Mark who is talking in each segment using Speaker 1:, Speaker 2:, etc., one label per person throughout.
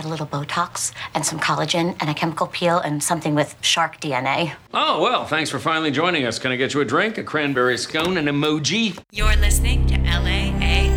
Speaker 1: a little Botox and some collagen and a chemical peel and something with shark DNA.
Speaker 2: Oh, well, thanks for finally joining us. Can I get you a drink, a cranberry scone, an emoji?
Speaker 3: You're listening to LAAF.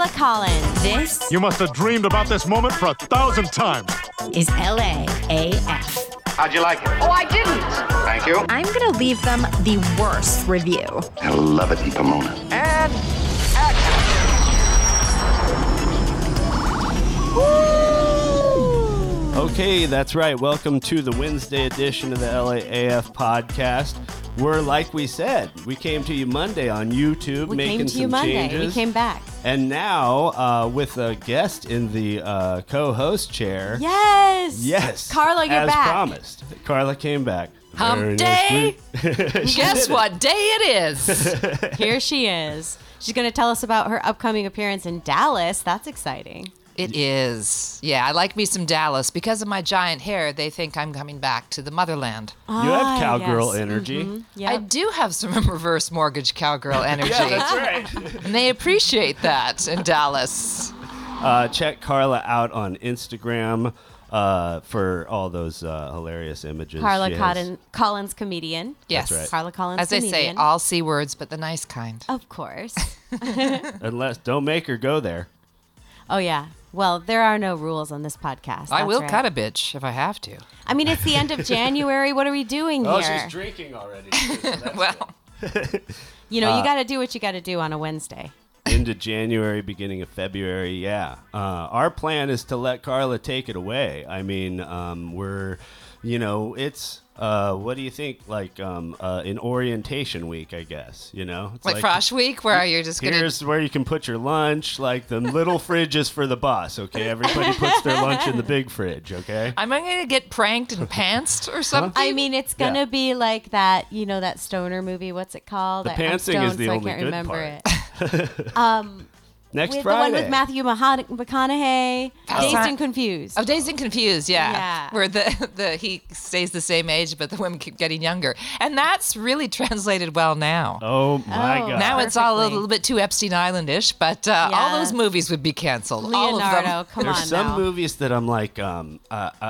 Speaker 3: Collins. This
Speaker 4: You must have dreamed about this moment for a thousand times.
Speaker 3: is LAAF.
Speaker 5: How'd you like it? Oh, I didn't. Thank you.
Speaker 6: I'm gonna leave them the worst review.
Speaker 5: I love it in Pomona.
Speaker 7: And
Speaker 8: Okay, that's right. Welcome to the Wednesday edition of the LAAF podcast. We're like we said, we came to you Monday on YouTube,
Speaker 3: We
Speaker 8: making
Speaker 3: came to
Speaker 8: some
Speaker 3: you Monday.
Speaker 8: changes,
Speaker 3: We came back.
Speaker 8: and now uh, with a guest in the uh, co-host chair.
Speaker 3: Yes.
Speaker 8: Yes,
Speaker 3: Carla, you're
Speaker 8: as
Speaker 3: back.
Speaker 8: promised. Carla came back.
Speaker 6: Hump
Speaker 8: Very
Speaker 6: day.
Speaker 8: week. She
Speaker 6: Guess
Speaker 8: did it.
Speaker 6: what day it is?
Speaker 3: Here she is. She's going to tell us about her upcoming appearance in Dallas. That's exciting.
Speaker 6: it is. Yeah, I like me some Dallas. Because of my giant hair, they think I'm coming back to the motherland.
Speaker 8: You
Speaker 3: Ah,
Speaker 8: have cowgirl
Speaker 3: yes. Mm-hmm.
Speaker 8: energy.
Speaker 6: I
Speaker 3: Yep.
Speaker 6: do have some reverse mortgage cowgirl energy.
Speaker 8: Yeah, that's right.
Speaker 6: And they appreciate that in Dallas.
Speaker 8: Uh, check Carla out on Instagram uh, for all those uh, hilarious images.
Speaker 3: Carla
Speaker 8: she has.
Speaker 3: Cotton, Collins, comedian.
Speaker 6: Yes.
Speaker 8: That's right.
Speaker 3: Carla Collins,
Speaker 6: As they say,
Speaker 3: comedian.
Speaker 6: all C words, but the nice kind.
Speaker 3: of course.
Speaker 8: Unless don't make her go there.
Speaker 3: Oh, yeah. Well, there are no rules on this podcast.
Speaker 6: I
Speaker 3: That's
Speaker 6: will
Speaker 3: right.
Speaker 6: cut a bitch if I have to.
Speaker 3: I mean, it's the end of January. What are we doing
Speaker 8: Oh,
Speaker 3: here?
Speaker 8: drinking already.
Speaker 6: Well,
Speaker 3: you
Speaker 8: uh,
Speaker 3: know, you got to do what you got to do on a Wednesday.
Speaker 8: Into January, beginning of February, yeah. Uh, our plan is to let Carla take it away. I mean, um, we're, you know, it's. Uh, what do you think? Like um, uh, in orientation week, I guess. You know, it's
Speaker 6: like, Frosh Week, where you're just going to.
Speaker 8: Here's where you can put your lunch. Like the little fridge is for the boss. Okay, everybody puts their lunch in the big fridge. Okay.
Speaker 6: Am I going to get pranked and pantsed or something?
Speaker 3: I mean, it's
Speaker 8: Yeah.
Speaker 3: gonna be like that, you know, that stoner movie. What's it called?
Speaker 8: The
Speaker 3: I- I'm
Speaker 8: pantsing is
Speaker 3: stoned,
Speaker 8: the
Speaker 3: so
Speaker 8: only
Speaker 3: I can't
Speaker 8: good
Speaker 3: remember
Speaker 8: part.
Speaker 3: it.
Speaker 8: Next
Speaker 3: With the
Speaker 8: Friday.
Speaker 3: one with Matthew Mahan- McConaughey, Dazed
Speaker 6: not-
Speaker 3: and Confused.
Speaker 6: Oh, Dazed and Confused, yeah.
Speaker 3: Yeah.
Speaker 6: Where the, the he stays the same age, but the women keep getting younger. And that's really translated well now.
Speaker 8: Oh my
Speaker 3: Oh.
Speaker 8: God.
Speaker 6: now it's all a
Speaker 3: perfectly.
Speaker 6: little bit too Epstein Island-ish, but uh,
Speaker 3: Yeah.
Speaker 6: all those movies would be canceled. all of
Speaker 3: Leonardo,
Speaker 6: them.
Speaker 3: come on
Speaker 8: There's some
Speaker 3: now.
Speaker 8: movies that I'm like, um, uh, I, I,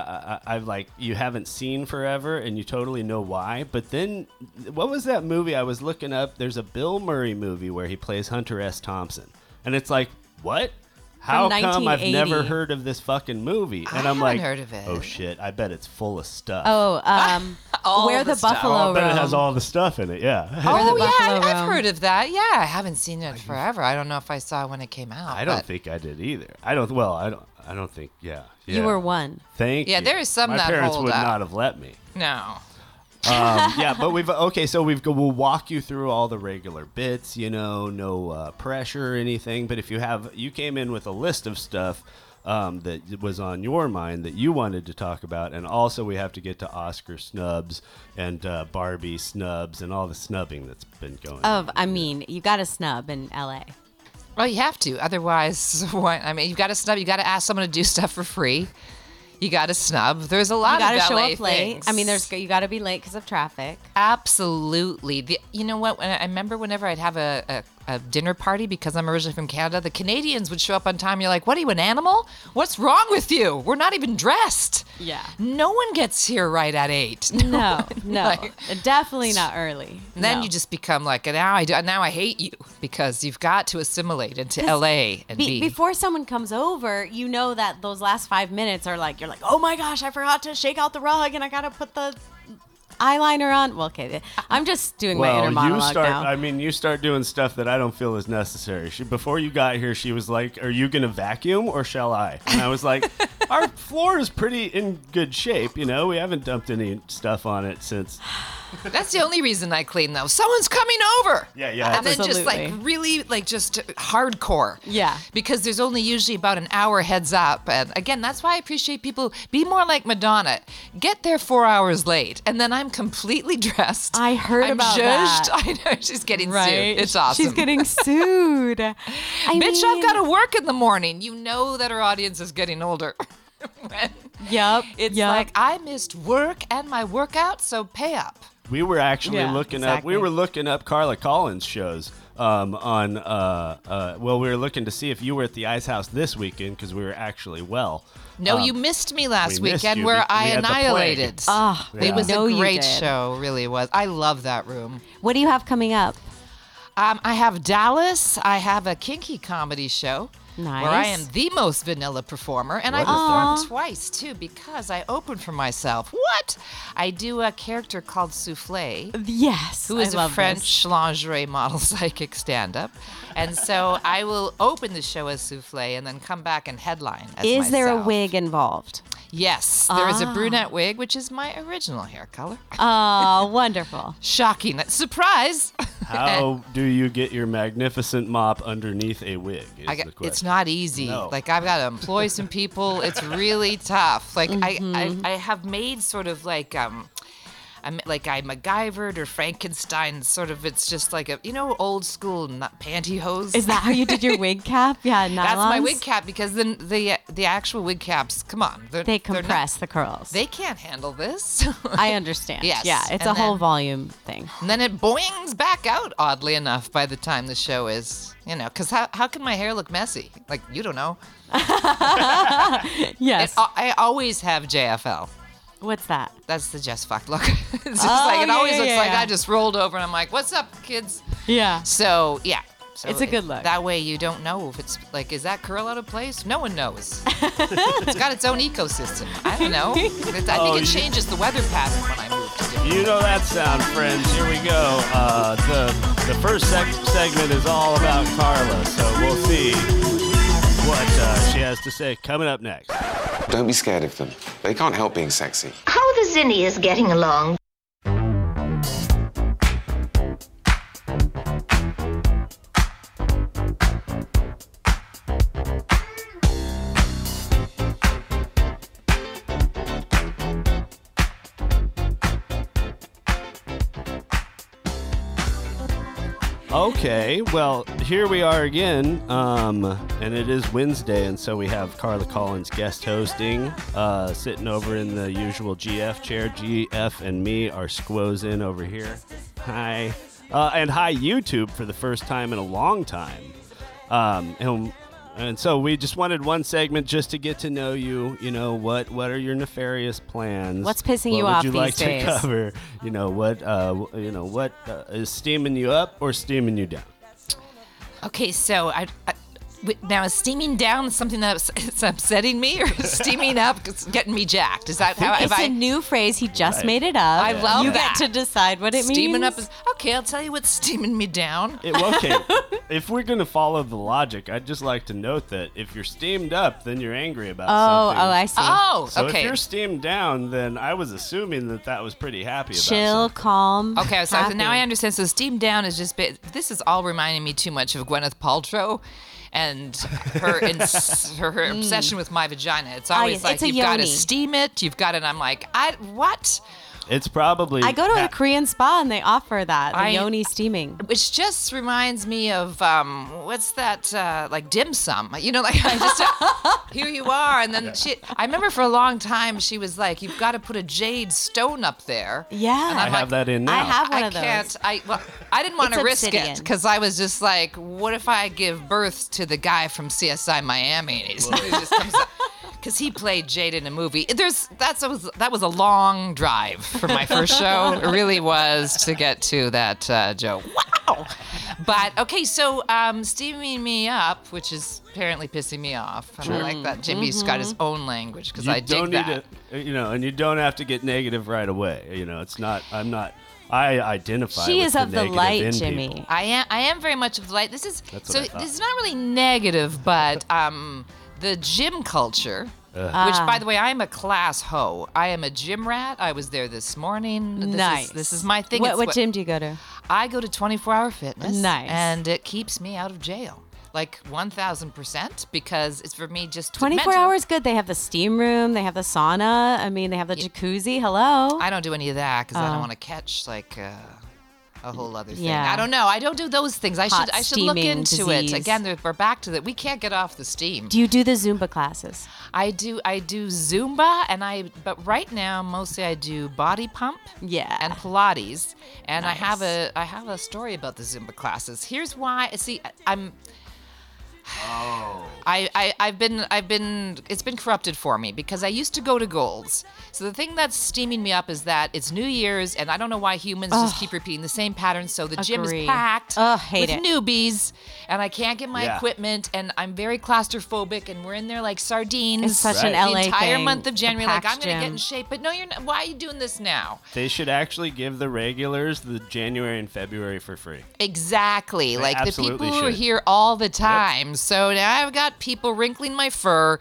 Speaker 8: I- I've like you haven't seen forever, and you totally know why. But then, what was that movie I was looking up? There's a Bill Murray movie where he plays Hunter S. Thompson, and it's like, what? How
Speaker 3: From
Speaker 8: come I've
Speaker 3: 1980
Speaker 8: never heard of this fucking movie? And I'm
Speaker 6: haven't
Speaker 8: like,
Speaker 6: heard of it.
Speaker 8: oh shit, I bet it's full of stuff.
Speaker 3: Oh, um,
Speaker 6: All
Speaker 3: where the,
Speaker 6: the stuff.
Speaker 3: buffalo
Speaker 8: I bet Oh, it
Speaker 3: roam.
Speaker 8: has all the stuff in it. Yeah,
Speaker 3: Where the
Speaker 6: Oh yeah, I,
Speaker 3: Buffalo
Speaker 6: I've
Speaker 3: Roam.
Speaker 6: heard of that. Yeah, I haven't seen it forever. I don't know if I saw it when it came out.
Speaker 8: I don't
Speaker 6: but-
Speaker 8: think I did either. I don't. Well, I don't. I don't think. Yeah,
Speaker 3: You
Speaker 8: yeah.
Speaker 3: were one.
Speaker 8: Thank
Speaker 6: Yeah,
Speaker 8: you.
Speaker 6: there is some
Speaker 8: My
Speaker 6: that
Speaker 8: parents
Speaker 6: hold
Speaker 8: would
Speaker 6: up.
Speaker 8: not have let me.
Speaker 6: No.
Speaker 8: um, yeah, but we've okay. So we've go- we'll walk you through all the regular bits. You know, no uh, pressure or anything. But if you have, you came in with a list of stuff um, that was on your mind that you wanted to talk about, and also we have to get to Oscar snubs and uh, Barbie snubs and all the snubbing that's been going. on.
Speaker 3: Of, I mean, you got a snub in L.A.
Speaker 6: Well, you have to. Otherwise, what? I mean, you've got to snub. You got to ask someone to do stuff for free. You got to snub. There's a
Speaker 3: You
Speaker 6: lot
Speaker 3: got to
Speaker 6: of
Speaker 3: show
Speaker 6: ballet
Speaker 3: up late.
Speaker 6: things.
Speaker 3: I mean, there's you got to be late because of traffic.
Speaker 6: Absolutely. The, you know what? When I I remember whenever I'd have a, a, a dinner party because I'm originally from Canada, the Canadians would show up on time. You're like, what are you, an animal? What's wrong with you? We're not even dressed.
Speaker 3: Yeah.
Speaker 6: No one gets here right at eight.
Speaker 3: No,
Speaker 6: one-
Speaker 3: no,
Speaker 6: like-
Speaker 3: definitely not early.
Speaker 6: and then
Speaker 3: No.
Speaker 6: you just become like, now I, do, now I hate you because you've got to assimilate into LA and
Speaker 3: Be-
Speaker 6: be.
Speaker 3: before someone comes over, you know that those last five minutes are like you're like, oh my gosh, I forgot to shake out the rug and I gotta put the eyeliner on. Well, okay, th- I'm just doing my
Speaker 8: well,
Speaker 3: inner monologue
Speaker 8: you start.
Speaker 3: now.
Speaker 8: I mean, you start doing stuff that I don't feel is necessary. She, before you got here, she was like, "Are you gonna vacuum or shall I?" And I was like, "Our floor is pretty in good shape. You know, we haven't dumped any stuff on it since
Speaker 6: That's the only reason I clean though. Someone's coming over.
Speaker 8: Yeah, yeah.
Speaker 6: And then just like
Speaker 8: Absolutely.
Speaker 6: really like just hardcore.
Speaker 3: Yeah.
Speaker 6: Because there's only usually about an hour heads up. And again, that's why I appreciate people be more like Madonna. Get there four hours late and then I'm completely dressed. I
Speaker 3: heard
Speaker 6: I'm
Speaker 3: about
Speaker 6: zhuzhed.
Speaker 3: that.
Speaker 6: I know she's getting
Speaker 3: Right?
Speaker 6: sued. It's awesome.
Speaker 3: She's getting sued. I
Speaker 6: Bitch, I've
Speaker 3: mean-
Speaker 6: got to work in the morning. You know that our audience is getting older.
Speaker 3: yep.
Speaker 6: It's like I missed work and my workout, so pay up.
Speaker 8: We were actually
Speaker 6: Yeah,
Speaker 8: looking up.
Speaker 6: exactly.
Speaker 8: We were looking up Carla Collins shows um, on. Uh, uh, well, we were looking to see if you were at the Ice House this weekend because we were actually well.
Speaker 6: No,
Speaker 8: Um,
Speaker 6: you missed me last
Speaker 8: we missed
Speaker 6: weekend
Speaker 8: you
Speaker 6: where
Speaker 8: be-
Speaker 6: I
Speaker 8: we had the plague.
Speaker 6: annihilated.
Speaker 8: Ah,
Speaker 6: It
Speaker 8: Yeah.
Speaker 6: was
Speaker 8: know
Speaker 6: a
Speaker 8: you
Speaker 6: great
Speaker 8: did.
Speaker 6: show, really was. I love that room.
Speaker 3: What do you have coming up?
Speaker 6: Um, I have Dallas. I have a kinky comedy show. Where I
Speaker 3: Nice.
Speaker 6: am the most vanilla performer, and I
Speaker 3: What is that?
Speaker 6: performed twice too because I opened for myself. What? I do a character called Souffle.
Speaker 3: Yes,
Speaker 6: who is
Speaker 3: I
Speaker 6: a
Speaker 3: love this.
Speaker 6: French lingerie model psychic stand-up, and so I will open the show as Souffle and then come back and headline. As
Speaker 3: Is there a
Speaker 6: myself.
Speaker 3: wig involved?
Speaker 6: Yes, there is a
Speaker 3: Ah.
Speaker 6: brunette wig, which is my original hair color.
Speaker 3: Oh, wonderful.
Speaker 6: Shocking. Surprise.
Speaker 8: How do you get your magnificent mop underneath a wig? Is
Speaker 6: I
Speaker 8: the
Speaker 6: got,
Speaker 8: question.
Speaker 6: it's not easy.
Speaker 8: No.
Speaker 6: Like I've got to employ some people. It's really tough. Like
Speaker 3: Mhm.
Speaker 6: I, I, I have made sort of like um, I'm like I MacGyvered or Frankenstein. Sort of. It's just like a you know old school not pantyhose.
Speaker 3: Is that how you did your wig cap? Yeah, nylons.
Speaker 6: That's my wig cap because then the the actual wig caps. Come on, they're,
Speaker 3: They
Speaker 6: they're not-
Speaker 3: compress the curls.
Speaker 6: They can't handle this.
Speaker 3: I understand.
Speaker 6: Yes,
Speaker 3: Yeah, it's a
Speaker 6: and
Speaker 3: whole
Speaker 6: then-
Speaker 3: volume thing.
Speaker 6: And then it boings back out, oddly enough, by the time the show is, you know, because how, how can my hair look messy? Like, you don't know.
Speaker 3: yes.
Speaker 6: I always have JFL.
Speaker 3: What's that?
Speaker 6: That's the just fucked look. it's just
Speaker 3: Oh,
Speaker 6: like, it
Speaker 3: yeah,
Speaker 6: always
Speaker 3: yeah,
Speaker 6: looks
Speaker 3: yeah,
Speaker 6: like
Speaker 3: yeah.
Speaker 6: I just rolled over and I'm like, what's up, kids?
Speaker 3: Yeah.
Speaker 6: So, yeah. So
Speaker 3: It's a good
Speaker 6: it-
Speaker 3: look.
Speaker 6: That way you don't know if it's like, is that curl out of place? No one knows. it's got its own ecosystem. I don't know. It's, I
Speaker 8: Oh,
Speaker 6: think it
Speaker 8: you-
Speaker 6: changes the weather pattern when I move to different
Speaker 8: You know that sound, friends. Here we go. Uh, the the first seg- segment is all about Carla, so we'll see what uh, she has to say coming up next.
Speaker 9: Don't be scared of them. They can't help being sexy.
Speaker 10: How the Zinni is getting along.
Speaker 8: Okay, well, here we are again, um, and it is Wednesday, and so we have Carla Collins guest hosting, uh, sitting over in the usual GF chair. GF and me are squoze in over here. Hi, uh, and hi YouTube for the first time in a long time, um, and. And so we just wanted one segment just to get to know you. You know what? What are your nefarious plans?
Speaker 3: What's pissing
Speaker 8: What
Speaker 3: you
Speaker 8: would
Speaker 3: off
Speaker 8: you
Speaker 3: these
Speaker 8: like to
Speaker 3: days?
Speaker 8: cover? You know what? Uh, w- you know what uh, is steaming you up or steaming you down?
Speaker 6: Okay, so I, I w- now is steaming down something that's it's upsetting me, or is steaming up is getting me jacked? Is that how?
Speaker 3: it's
Speaker 6: have
Speaker 3: a
Speaker 6: I-
Speaker 3: new phrase. He just
Speaker 6: Right.
Speaker 3: made it up.
Speaker 6: I love
Speaker 3: You
Speaker 6: that.
Speaker 3: get to decide what it
Speaker 6: steaming
Speaker 3: means.
Speaker 6: up is okay. I'll tell you what's steaming me down.
Speaker 8: It, well, okay, if we're gonna follow the logic, I'd just like to note that if you're steamed up, then you're angry about
Speaker 3: Oh,
Speaker 8: something.
Speaker 3: oh, I see. Oh,
Speaker 8: so
Speaker 3: okay.
Speaker 8: if you're steamed down, then I was assuming that that was pretty happy about
Speaker 3: Chill, calm.
Speaker 6: Okay, so
Speaker 3: happy.
Speaker 6: now I understand. So steam down is just bit. This is all reminding me too much of Gwyneth Paltrow. And her ins- her, her
Speaker 3: Mm.
Speaker 6: obsession with my vagina. It's
Speaker 3: Ah,
Speaker 6: always
Speaker 3: yes,
Speaker 6: like
Speaker 3: it's a
Speaker 6: you've got to
Speaker 3: yoni.
Speaker 6: steam it. You've got it. And I'm like, I what?
Speaker 8: something. It's probably
Speaker 3: I go to
Speaker 8: ha-
Speaker 3: a Korean spa and they offer that the
Speaker 6: I-
Speaker 3: yoni steaming.
Speaker 6: which just reminds me of um, what's that uh, like dim sum you know like I just uh, here you are and then she I remember for a long time she was like you've got to put a jade stone up there
Speaker 8: I
Speaker 6: and I'm
Speaker 8: have that in now.
Speaker 6: I have one I of those. can't. I well, I didn't want to
Speaker 3: It's
Speaker 6: risk it
Speaker 3: obsidian.
Speaker 6: because I was just like, what if I give birth to the guy from CSI Miami? And he's, he just comes up. Because he played Jade in a movie. There's that's a, that was a long drive for my first show. It really was to get to that uh, joke. Wow. But okay, so um, steaming me up, which is apparently pissing me off. And
Speaker 8: Sure.
Speaker 6: I like that Jimmy's got his own language because
Speaker 8: You
Speaker 6: I dig
Speaker 8: don't
Speaker 6: that.
Speaker 8: need to, you know, and you don't have to get negative right away. You know, it's not. I'm not. I identify. with the negative in people.
Speaker 6: I am. I am very much of the light. This is
Speaker 8: That's what
Speaker 6: so.
Speaker 8: I thought.
Speaker 6: This is not really negative, but um, the gym culture.
Speaker 8: Ugh.
Speaker 6: Which,
Speaker 3: Ah.
Speaker 6: by the way, I'm a class hoe. I am a gym rat. I was there this morning. This
Speaker 3: nice.
Speaker 6: Is, this is my thing.
Speaker 3: What,
Speaker 6: It's
Speaker 3: what gym do you go to?
Speaker 6: I go to 24 Hour Fitness.
Speaker 3: Nice.
Speaker 6: And it keeps me out of jail. Like 1000% because it's for me just
Speaker 3: 24
Speaker 6: mental.
Speaker 3: hours good. They have the steam room, they have the sauna. I mean, they have the jacuzzi. Hello.
Speaker 6: I don't do any of that because I
Speaker 3: Oh.
Speaker 6: don't want to catch like uh, a whole other thing.
Speaker 3: Yeah.
Speaker 6: I don't know. I don't do those things. I
Speaker 3: Hot
Speaker 6: should I should look
Speaker 3: steaming
Speaker 6: into
Speaker 3: disease.
Speaker 6: it again. there- We're back to that. We can't get off the steam.
Speaker 3: Do you do the Zumba classes?
Speaker 6: I do I do Zumba and I but right now mostly I do body pump
Speaker 3: yeah
Speaker 6: and Pilates and I have
Speaker 3: Nice.
Speaker 6: a I have a story about the Zumba classes. Here's why. See, I- I'm I, I I've been I've been it's been corrupted for me because I used to go to Gold's. So the thing that's steaming me up is that it's New Year's and I don't know why humans just
Speaker 3: Ugh.
Speaker 6: keep repeating the same patterns. So the gym
Speaker 3: Agree.
Speaker 6: is packed
Speaker 3: Ugh, hate
Speaker 6: with
Speaker 3: it.
Speaker 6: newbies and I can't get my
Speaker 3: Yeah.
Speaker 6: equipment and I'm very claustrophobic and we're in there like sardines.
Speaker 3: It's such an
Speaker 6: the
Speaker 3: LA
Speaker 6: entire
Speaker 3: thing,
Speaker 6: month of
Speaker 3: the
Speaker 6: January. Like I'm
Speaker 3: packed
Speaker 6: gonna get
Speaker 3: gym.
Speaker 6: in shape, but no, you're not. Why are you doing this now?
Speaker 8: They should actually give the regulars the January and February for free.
Speaker 6: Exactly.
Speaker 8: They
Speaker 6: like the people
Speaker 8: absolutely
Speaker 6: who are
Speaker 8: should.
Speaker 6: here all the time. So now I've got people wrinkling my fur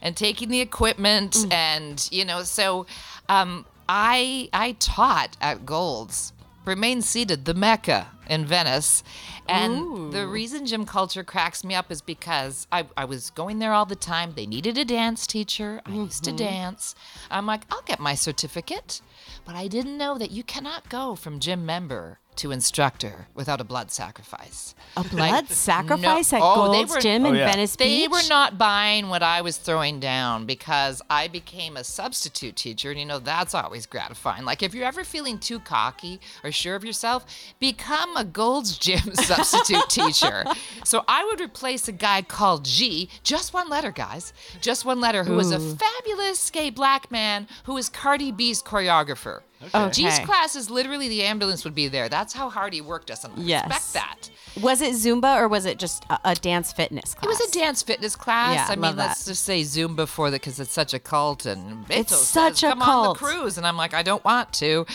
Speaker 6: and taking the equipment
Speaker 3: Mm.
Speaker 6: and you know, so um I I taught at Gold's. Remain seated, the Mecca in Venice. And the
Speaker 11: Ooh.
Speaker 6: reason gym culture cracks me up is because I, I was going there all the time. They needed a dance teacher. I used to
Speaker 11: Mhm.
Speaker 3: Mm-hmm.
Speaker 6: dance. I'm like, I'll get my certificate. But I didn't know that you cannot go from gym member to instructor without a blood sacrifice.
Speaker 3: A
Speaker 6: Like,
Speaker 3: blood sacrifice at
Speaker 6: oh, they
Speaker 3: Gold's
Speaker 6: were-
Speaker 3: Gym in Venice
Speaker 6: They
Speaker 3: Beach.
Speaker 6: were not buying what I was throwing down because I became a substitute teacher, and you know that's always gratifying. Like if you're ever feeling too cocky or sure of yourself, become a Gold's Gym substitute teacher. So I would replace a guy called G, just one letter, guys, just one letter, who was a
Speaker 11: Ooh.
Speaker 6: fabulous gay black man who was Cardi B's choreographer.
Speaker 3: Okay.
Speaker 6: G's
Speaker 3: Okay.
Speaker 6: class is literally the ambulance would be there. That's how hard he worked us, and I
Speaker 3: Yes.
Speaker 6: respect that.
Speaker 3: Was it Zumba or was it just a, a dance fitness class?
Speaker 6: It was a dance fitness class.
Speaker 3: Yeah,
Speaker 6: I mean,
Speaker 3: love that.
Speaker 6: let's just say Zoom before that because it's such a cult and Beto
Speaker 3: It's
Speaker 6: says,
Speaker 3: such a
Speaker 6: Come on
Speaker 3: cult."
Speaker 6: the cruise, and I'm like, I don't want to.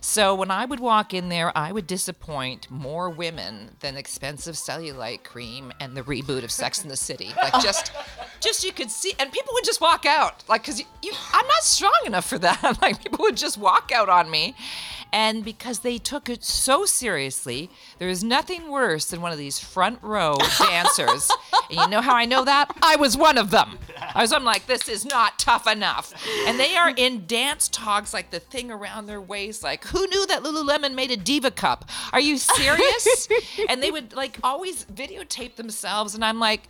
Speaker 6: So when I would walk in there, I would disappoint more women than expensive cellulite cream and the reboot of Sex in the City. Like just, just you could see, and people would just walk out, like because you, you, I'm not strong enough for that. like people would just walk out on me. And because they took it so seriously, there is nothing worse than one of these front row dancers. and you know how I know that? I was one of them. I was I'm like, this is not tough enough. And they are in dance togs, like the thing around their waist, like, who knew that Lululemon made a diva cup? Are you serious? and they would like always videotape themselves, and I'm like,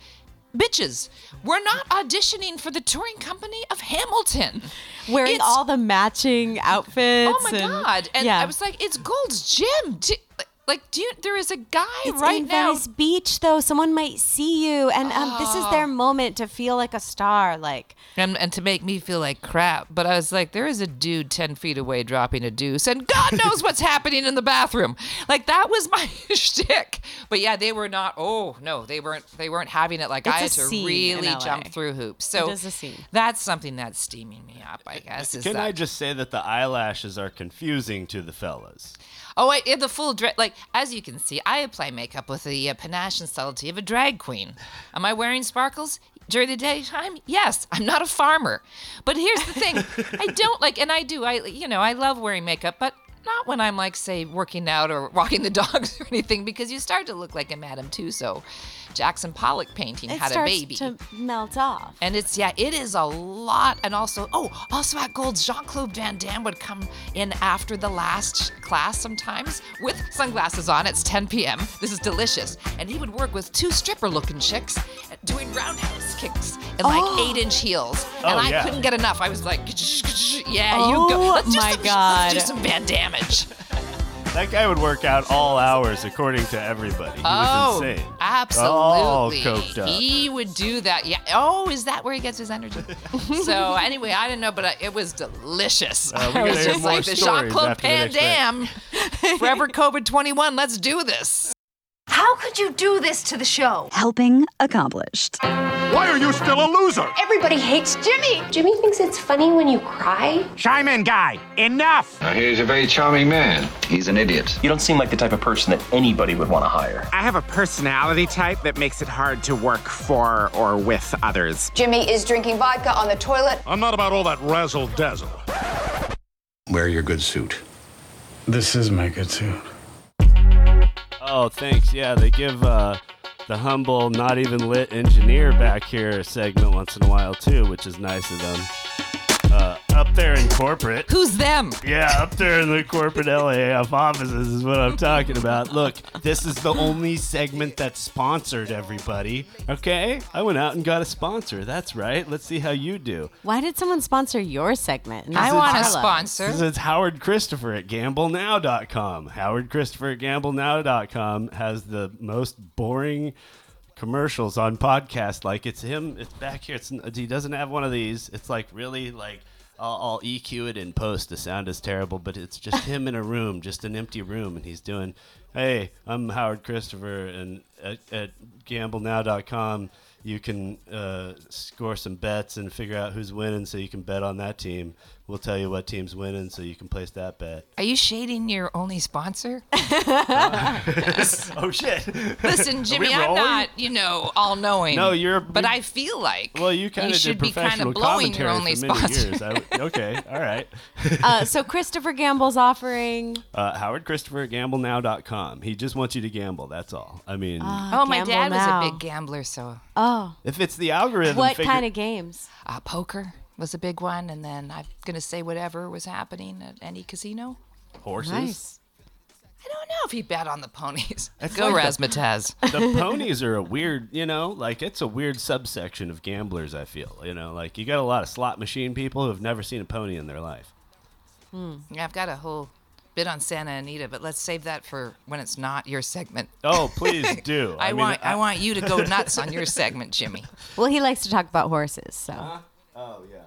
Speaker 6: Bitches, we're not auditioning for the touring company of Hamilton.
Speaker 3: Wearing
Speaker 6: It's-
Speaker 3: all the matching outfits.
Speaker 6: Oh my
Speaker 3: and-
Speaker 6: god! And
Speaker 3: yeah.
Speaker 6: I was like, it's Gold's Gym. Do- like, do you, there is a guy
Speaker 3: it's
Speaker 6: right
Speaker 3: in
Speaker 6: now.
Speaker 3: Venice Beach, though. Someone might see you, and um, this is
Speaker 6: Ah.
Speaker 3: their moment to feel like a star. Like,
Speaker 6: And, and to make me feel like crap, but I was like, there is a dude 10 feet away dropping a deuce, and God knows what's happening in the bathroom. Like, that was my shtick. But yeah, they were not, oh, no, they weren't They weren't having it. Like, I had
Speaker 3: It's a
Speaker 6: to
Speaker 3: scene in
Speaker 6: really
Speaker 3: LA.
Speaker 6: jump through hoops.
Speaker 3: It
Speaker 6: So
Speaker 3: is a scene.
Speaker 6: that's something that's steaming me up, I guess. Is
Speaker 8: Can
Speaker 6: that.
Speaker 8: I just say that the eyelashes are confusing to the fellas?
Speaker 6: Oh, I yeah, the full dress. Like as you can see, I apply makeup with the uh, panache and subtlety of a drag queen. Am I wearing sparkles during the daytime? Yes. I'm not a farmer, but here's the thing: I don't like, and I do. I you know I love wearing makeup, but not when I'm like say working out or walking the dogs or anything, because you start to look like a Madame Tussauds. Jackson Pollock painting
Speaker 3: it
Speaker 6: had a
Speaker 3: starts
Speaker 6: baby.
Speaker 3: to melt off.
Speaker 6: And it's yeah, it is a lot. And also, oh, also at Gold's, Jean Claude Van Damme would come in after the last class sometimes with sunglasses on. It's 10 p.m. This is delicious, and he would work with two stripper-looking chicks doing roundhouse kicks in like
Speaker 11: Oh.
Speaker 6: eight-inch heels,
Speaker 11: Oh,
Speaker 6: and I
Speaker 11: yeah.
Speaker 6: couldn't get enough. I was like, yeah, you go.
Speaker 3: Oh,
Speaker 6: Let's do
Speaker 3: my
Speaker 6: some,
Speaker 3: God.
Speaker 6: let's do some Van damage.
Speaker 8: That guy would work out all hours, according to everybody. He was
Speaker 6: Oh,
Speaker 8: insane. All
Speaker 6: absolutely.
Speaker 8: coked up.
Speaker 6: He would do that. Yeah. Oh, is that where he gets his energy? so anyway, I didn't know, but I, it was delicious.
Speaker 11: Uh,
Speaker 8: we
Speaker 6: I
Speaker 8: gotta
Speaker 6: was
Speaker 8: hear
Speaker 6: just
Speaker 8: more
Speaker 6: like the
Speaker 8: stories
Speaker 6: Jean Claude
Speaker 8: after the
Speaker 6: Van
Speaker 8: next break.
Speaker 6: Damme, forever COVID 21. Let's do this.
Speaker 11: How could you do this to the show?
Speaker 12: Helping accomplished.
Speaker 4: Why are you still a loser?
Speaker 11: Everybody hates Jimmy. Jimmy thinks it's funny when you cry.
Speaker 7: Chime in, guy. Enough.
Speaker 5: Now, he's a very charming man. He's an idiot.
Speaker 13: You don't seem like the type of person that anybody would want to hire.
Speaker 7: I have a personality type that makes it hard to work for or with others.
Speaker 11: Jimmy is drinking vodka on the toilet.
Speaker 4: I'm not about all that razzle dazzle.
Speaker 14: Wear your good suit. This is my good suit.
Speaker 8: Oh, thanks. Yeah, they give uh, the humble, not even lit engineer back here a segment once in a while, too, which is nice of them. Uh, up there in corporate.
Speaker 6: Who's them?
Speaker 8: Yeah, up there in the corporate LAF offices is what I'm talking about. Look, this is the only segment that's sponsored, everybody. Okay? I went out and got a sponsor. That's right. Let's see how you do.
Speaker 3: Why did someone sponsor your segment?
Speaker 6: I
Speaker 3: Not
Speaker 6: want a
Speaker 3: Carla's?
Speaker 6: sponsor.
Speaker 8: This is Howard Christopher at GambleNow.com. Howard Christopher at GambleNow.com has the most boring commercials on podcast. Like it's him. It's back here. It's he doesn't have one of these. It's like really like. I'll, I'll EQ it in post. The sound is terrible, but it's just him in a room, just an empty room, and he's doing, "Hey, I'm Howard Christopher, and at, at GambleNow.com, you can uh, score some bets and figure out who's winning, so you can bet on that team. We'll tell you what team's winning, so you can place that bet."
Speaker 6: Are you shading your only sponsor?
Speaker 8: oh shit!
Speaker 6: Listen, Jimmy, I'm
Speaker 8: rolling?
Speaker 6: not, you know, all knowing.
Speaker 8: No, you're-
Speaker 6: But
Speaker 8: you-
Speaker 6: I feel like.
Speaker 8: Well, you kind of
Speaker 6: should
Speaker 8: did
Speaker 6: be kind
Speaker 8: professional
Speaker 6: of blowing your
Speaker 8: commentary
Speaker 6: only
Speaker 8: for many
Speaker 6: sponsor.
Speaker 8: years. I w- okay, all right.
Speaker 3: Uh, so Christopher Gamble's offering.
Speaker 8: Uh, Howard Christopher at GambleNow.com. He just wants you to gamble. That's all. I mean,
Speaker 3: Ah.
Speaker 6: Oh, my
Speaker 3: Gamble
Speaker 6: dad
Speaker 3: now.
Speaker 6: was a big gambler, so.
Speaker 3: Oh,
Speaker 8: if it's the algorithm,
Speaker 6: What
Speaker 8: figure-
Speaker 6: kind of
Speaker 3: games?
Speaker 6: Uh, poker was a big one, and then I'm gonna say whatever was happening at any casino.
Speaker 8: horses?
Speaker 6: I don't know if he bet on the ponies.
Speaker 8: That's
Speaker 6: Go
Speaker 8: like the-
Speaker 6: Razzmatazz.
Speaker 8: The ponies are a weird, you know, like it's a weird subsection of gamblers. I feel, you know, like you got a lot of slot machine people who have never seen a pony in their life.
Speaker 6: Yeah, I've got a whole bit on Santa Anita, but let's save that for when it's not your segment.
Speaker 8: Oh, please do.
Speaker 6: I,
Speaker 8: mean,
Speaker 6: want I, want you to go nuts on your segment, Jimmy.
Speaker 3: Well, he likes to talk about horses, so.
Speaker 8: Oh yeah.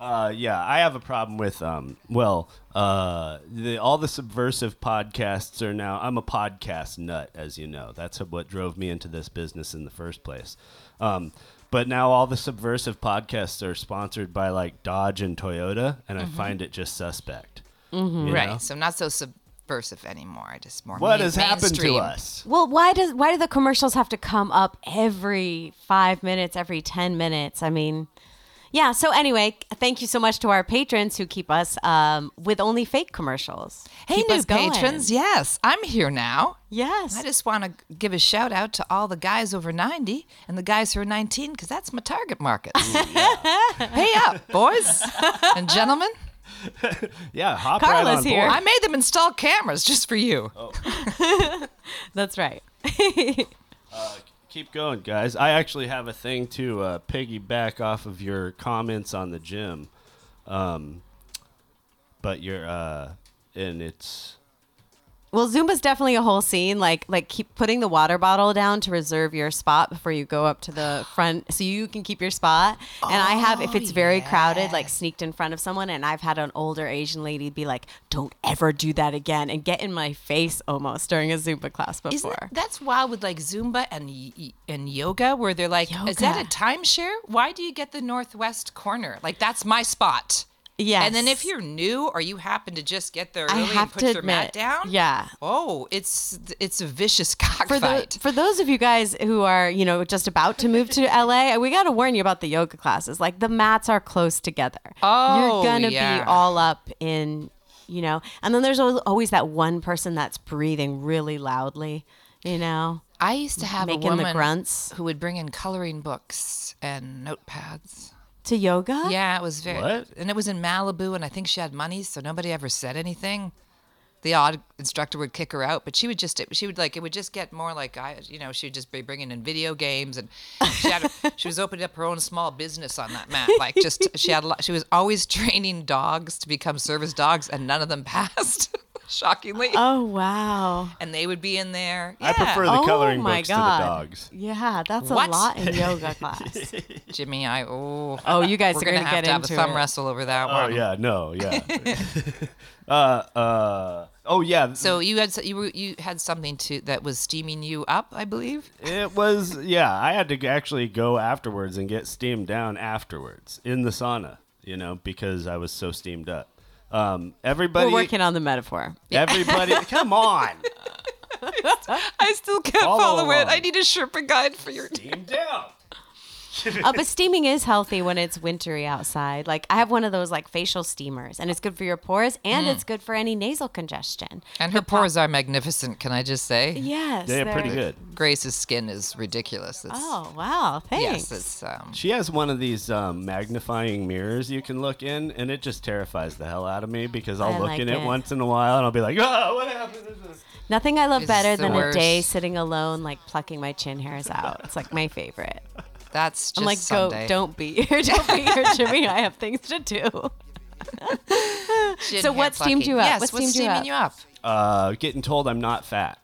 Speaker 8: Uh, yeah, I have a problem with um. Well, uh, the, all the subversive podcasts are now. I'm a podcast nut, as you know. That's what drove me into this business in the first place. Um, but now all the subversive podcasts are sponsored by like Dodge and Toyota, and
Speaker 6: Mhm.
Speaker 8: I find it just suspect.
Speaker 6: Mm-hmm.
Speaker 8: You
Speaker 6: Right.
Speaker 8: know?
Speaker 6: So I'm not so subversive anymore. I just more.
Speaker 8: What
Speaker 6: main-
Speaker 8: has happened to
Speaker 6: mainstream.
Speaker 8: us?
Speaker 3: Well, why does why do the commercials have to come up every five minutes, every ten minutes? I mean, yeah. So anyway, thank you so much to our patrons who keep us um, with only fake commercials.
Speaker 6: Hey,
Speaker 3: Keep
Speaker 6: new
Speaker 3: us going.
Speaker 6: patrons. Yes, I'm here now.
Speaker 3: Yes.
Speaker 6: I just want to give a shout out to all the guys over 90 and the guys who are 19 because that's my target market. Pay up, boys and gentlemen.
Speaker 8: Yeah, hop right on board.
Speaker 6: I made them install cameras just for you.
Speaker 3: That's right.
Speaker 8: Keep going, guys. I actually have a thing to uh, piggyback off of your comments on the gym, um, but you're uh, and it's
Speaker 3: Well, Zumba's definitely a whole scene. Like, like keep putting the water bottle down to reserve your spot before you go up to the front, so you can keep your spot. and I have, if
Speaker 6: Oh,
Speaker 3: it's very crowded, like sneaked in front of someone, and I've had an older Asian lady be like, "Don't ever do that again," and get in my face almost during a Zumba class
Speaker 6: Isn't
Speaker 3: before.
Speaker 6: it- that's wild with like Zumba and y- y- and yoga where they're like, is that a timeshare? Why do you get the northwest corner? Like that's my spot.
Speaker 3: Yes.
Speaker 6: And then if you're new or you happen to just get there
Speaker 3: I
Speaker 6: early
Speaker 3: have
Speaker 6: and put
Speaker 3: to
Speaker 6: your mat
Speaker 3: admit,
Speaker 6: down,
Speaker 3: yeah.
Speaker 6: Oh, it's it's a vicious
Speaker 3: for, the,
Speaker 6: cockfight.
Speaker 3: for those of you guys who are, you know, just about to move to LA, we got to warn you about the yoga classes. Like the mats are close together.
Speaker 6: Oh,
Speaker 3: you're gonna
Speaker 6: yeah.
Speaker 3: be all up in, you know. And then there's al- always that one person that's breathing really loudly, you know.
Speaker 6: I used to have
Speaker 3: making
Speaker 6: a woman
Speaker 3: the grunts
Speaker 6: who would bring in coloring books and notepads.
Speaker 3: to yoga.
Speaker 6: Yeah, it was very.
Speaker 3: What?
Speaker 6: And it was in Malibu, and I think she had money, so nobody ever said anything. The odd instructor would kick her out, but she would just, she would like, it would just get more like, I, you know, she would just be bringing in video games, and she had, she was opening up her own small business on that mat. Like, just she had, a lot, she was always training dogs to become service dogs, and none of them passed. shockingly.
Speaker 3: Oh wow!
Speaker 6: And they would be in there.
Speaker 8: I prefer the
Speaker 6: Yeah.
Speaker 8: coloring books to the dogs.
Speaker 3: Yeah, that's
Speaker 6: What?
Speaker 3: a lot in yoga class.
Speaker 6: Jimmy, I oh
Speaker 3: Oh, you guys
Speaker 6: We're
Speaker 3: are gonna
Speaker 6: have
Speaker 3: get
Speaker 6: to have a
Speaker 3: into
Speaker 6: thumb
Speaker 3: it.
Speaker 6: wrestle over that
Speaker 8: Oh
Speaker 6: one.
Speaker 8: yeah, no, yeah. uh, uh, oh yeah.
Speaker 6: So you had s- you were, you had something to that was steaming you up, I believe.
Speaker 8: It was yeah. I had to actually go afterwards and get steamed down afterwards in the sauna, you know, because I was so steamed up. Um, everybody,
Speaker 3: We're working on the metaphor.
Speaker 8: Everybody, come on.
Speaker 6: I still can't
Speaker 8: Follow
Speaker 6: follow, it.
Speaker 8: along.
Speaker 6: I need a Sherpa guide for your
Speaker 8: steam down.
Speaker 3: uh, but steaming is healthy when it's wintry outside. Like I have one of those like facial steamers, and it's good for your pores, and
Speaker 6: Mm.
Speaker 3: it's good for any nasal congestion.
Speaker 6: And her pores are magnificent. Can I just say?
Speaker 3: Yes, They are pretty they're-
Speaker 6: Grace's skin is ridiculous. It's,
Speaker 3: Oh wow! Thanks.
Speaker 6: Yes, it's um,
Speaker 8: She has one of these um, magnifying mirrors you can look in, and it just terrifies the hell out of me because I'll
Speaker 3: I
Speaker 8: look
Speaker 3: like
Speaker 8: in it.
Speaker 3: it.
Speaker 8: once in a while and I'll be like, oh, what happened?
Speaker 3: Nothing I love
Speaker 6: It's
Speaker 3: better
Speaker 6: the
Speaker 3: than
Speaker 6: worst.
Speaker 3: a day sitting alone, like plucking my chin hairs out. It's like my favorite.
Speaker 6: that's just
Speaker 3: I'm like,
Speaker 6: Sunday.
Speaker 3: go! Don't be here! Don't be here, Jimmy. I have things to do. Oh,
Speaker 6: Chin
Speaker 3: so
Speaker 6: hair
Speaker 3: what steamed
Speaker 6: plucking.
Speaker 3: you up?
Speaker 6: Yes,
Speaker 3: what
Speaker 6: what's
Speaker 3: steamed
Speaker 6: steaming you up?
Speaker 8: Uh, getting told I'm not fat.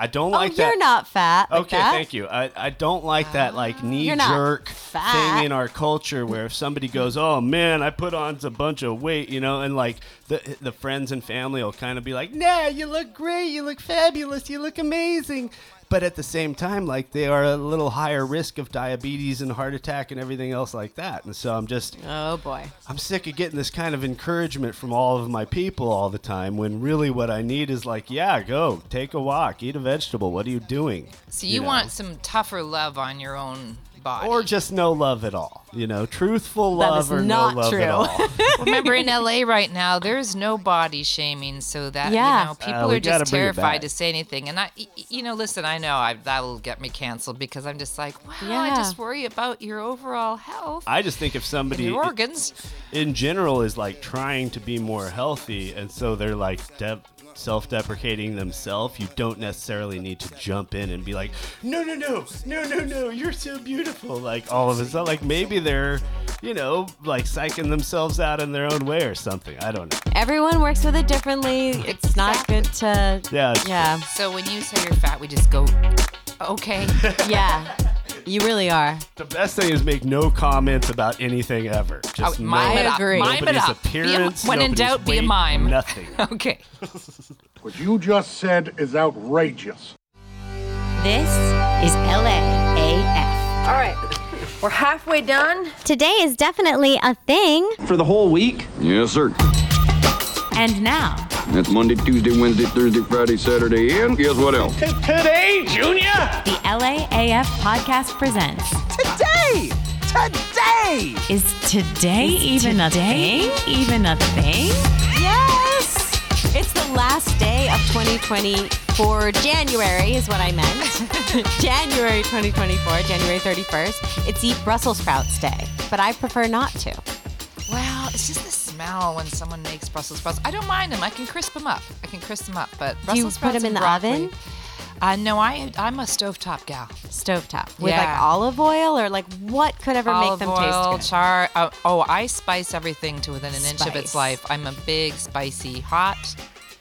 Speaker 8: I don't
Speaker 3: Oh,
Speaker 8: like that.
Speaker 3: you're not fat. like
Speaker 8: okay,
Speaker 3: that. Ah,
Speaker 8: thank you. I, I don't like that like knee
Speaker 3: not
Speaker 8: jerk
Speaker 3: fat.
Speaker 8: thing in our culture where if somebody goes, "Oh man, I put on a bunch of weight," you know, and like the the friends and family will kind of be like, "Nah, you look great. You look fabulous. You look amazing." But at the same time, like they are a little higher risk of diabetes and heart attack and everything else like that. And so I'm just
Speaker 3: Oh boy.
Speaker 8: I'm sick of getting this kind of encouragement from all of my people all the time when really what I need is like, yeah, go, take a walk, eat a vegetable. What are you doing?
Speaker 6: So you,
Speaker 8: know?
Speaker 6: want some tougher love on your own body.
Speaker 8: or just no love at all. You know, truthful
Speaker 6: That
Speaker 8: love
Speaker 6: is
Speaker 8: or
Speaker 6: not
Speaker 8: no love
Speaker 6: true.
Speaker 8: at all.
Speaker 6: Remember in LA right now, there's no body shaming, so that
Speaker 3: Yeah.
Speaker 6: you know
Speaker 3: Uh,
Speaker 6: people
Speaker 8: we
Speaker 6: are
Speaker 8: gotta
Speaker 6: just
Speaker 8: bring it
Speaker 6: terrified
Speaker 8: back.
Speaker 6: to say anything. And I, y- y- you know, listen, I know I, that'll get me canceled because I'm just like, wow, I
Speaker 3: Yeah.
Speaker 6: just worry about your overall health
Speaker 8: I just think if
Speaker 6: and
Speaker 8: somebody
Speaker 6: your organs.
Speaker 8: in general is like trying to be more healthy and so they're like de- self-deprecating themselves, you don't necessarily need to jump in and be like, No, no, no, no, no, no. You're so beautiful. Like all of a sudden, like maybe they're, you know, like psyching themselves out in their own way or something. I don't know.
Speaker 3: Everyone works with it differently. It's not good to.
Speaker 8: Yeah, it's
Speaker 3: Yeah.
Speaker 6: So when you say you're fat, we just go, okay.
Speaker 3: Yeah. You really are.
Speaker 8: The best thing is make no comments about anything ever. Just
Speaker 6: Oh, mime
Speaker 8: no-
Speaker 6: it up. Mime it
Speaker 8: nobody's
Speaker 6: up. Be a-
Speaker 8: appearance.
Speaker 6: when in
Speaker 8: nobody's
Speaker 6: doubt, be a
Speaker 8: weight,
Speaker 6: mime.
Speaker 8: Nothing.
Speaker 6: okay.
Speaker 4: What you just said is outrageous.
Speaker 15: This is LAAF.
Speaker 16: All right, we're halfway done.
Speaker 12: Today is definitely a thing.
Speaker 5: For the whole week? Yes, sir.
Speaker 15: And now,
Speaker 5: That's Monday, Tuesday, Wednesday, Thursday, Friday, Saturday, and guess what else?
Speaker 15: today, Junior, the LAAF podcast presents. Today, today is today even a thing? Even a thing?
Speaker 3: Yes! It's the last day of 2024. January is what I meant. January 2024, January 31st. It's Eat Brussels Sprouts Day, but I prefer not to.
Speaker 6: Well, it's just the smell when someone makes Brussels sprouts. I don't mind them. I can crisp them up. I can crisp them up. But
Speaker 3: Do you
Speaker 6: Brussels
Speaker 3: put
Speaker 6: sprouts
Speaker 3: 'em in
Speaker 6: and
Speaker 3: the
Speaker 6: broccoli-
Speaker 3: oven?
Speaker 6: Uh, no, I I'm a stovetop gal.
Speaker 3: Stovetop with like
Speaker 6: Yeah.
Speaker 3: olive oil or like what could ever
Speaker 6: Olive
Speaker 3: make them
Speaker 6: oil,
Speaker 3: taste
Speaker 6: char. Uh, oh, I spice everything to within an inch of its
Speaker 3: Spice.
Speaker 6: life. I'm a big spicy, hot,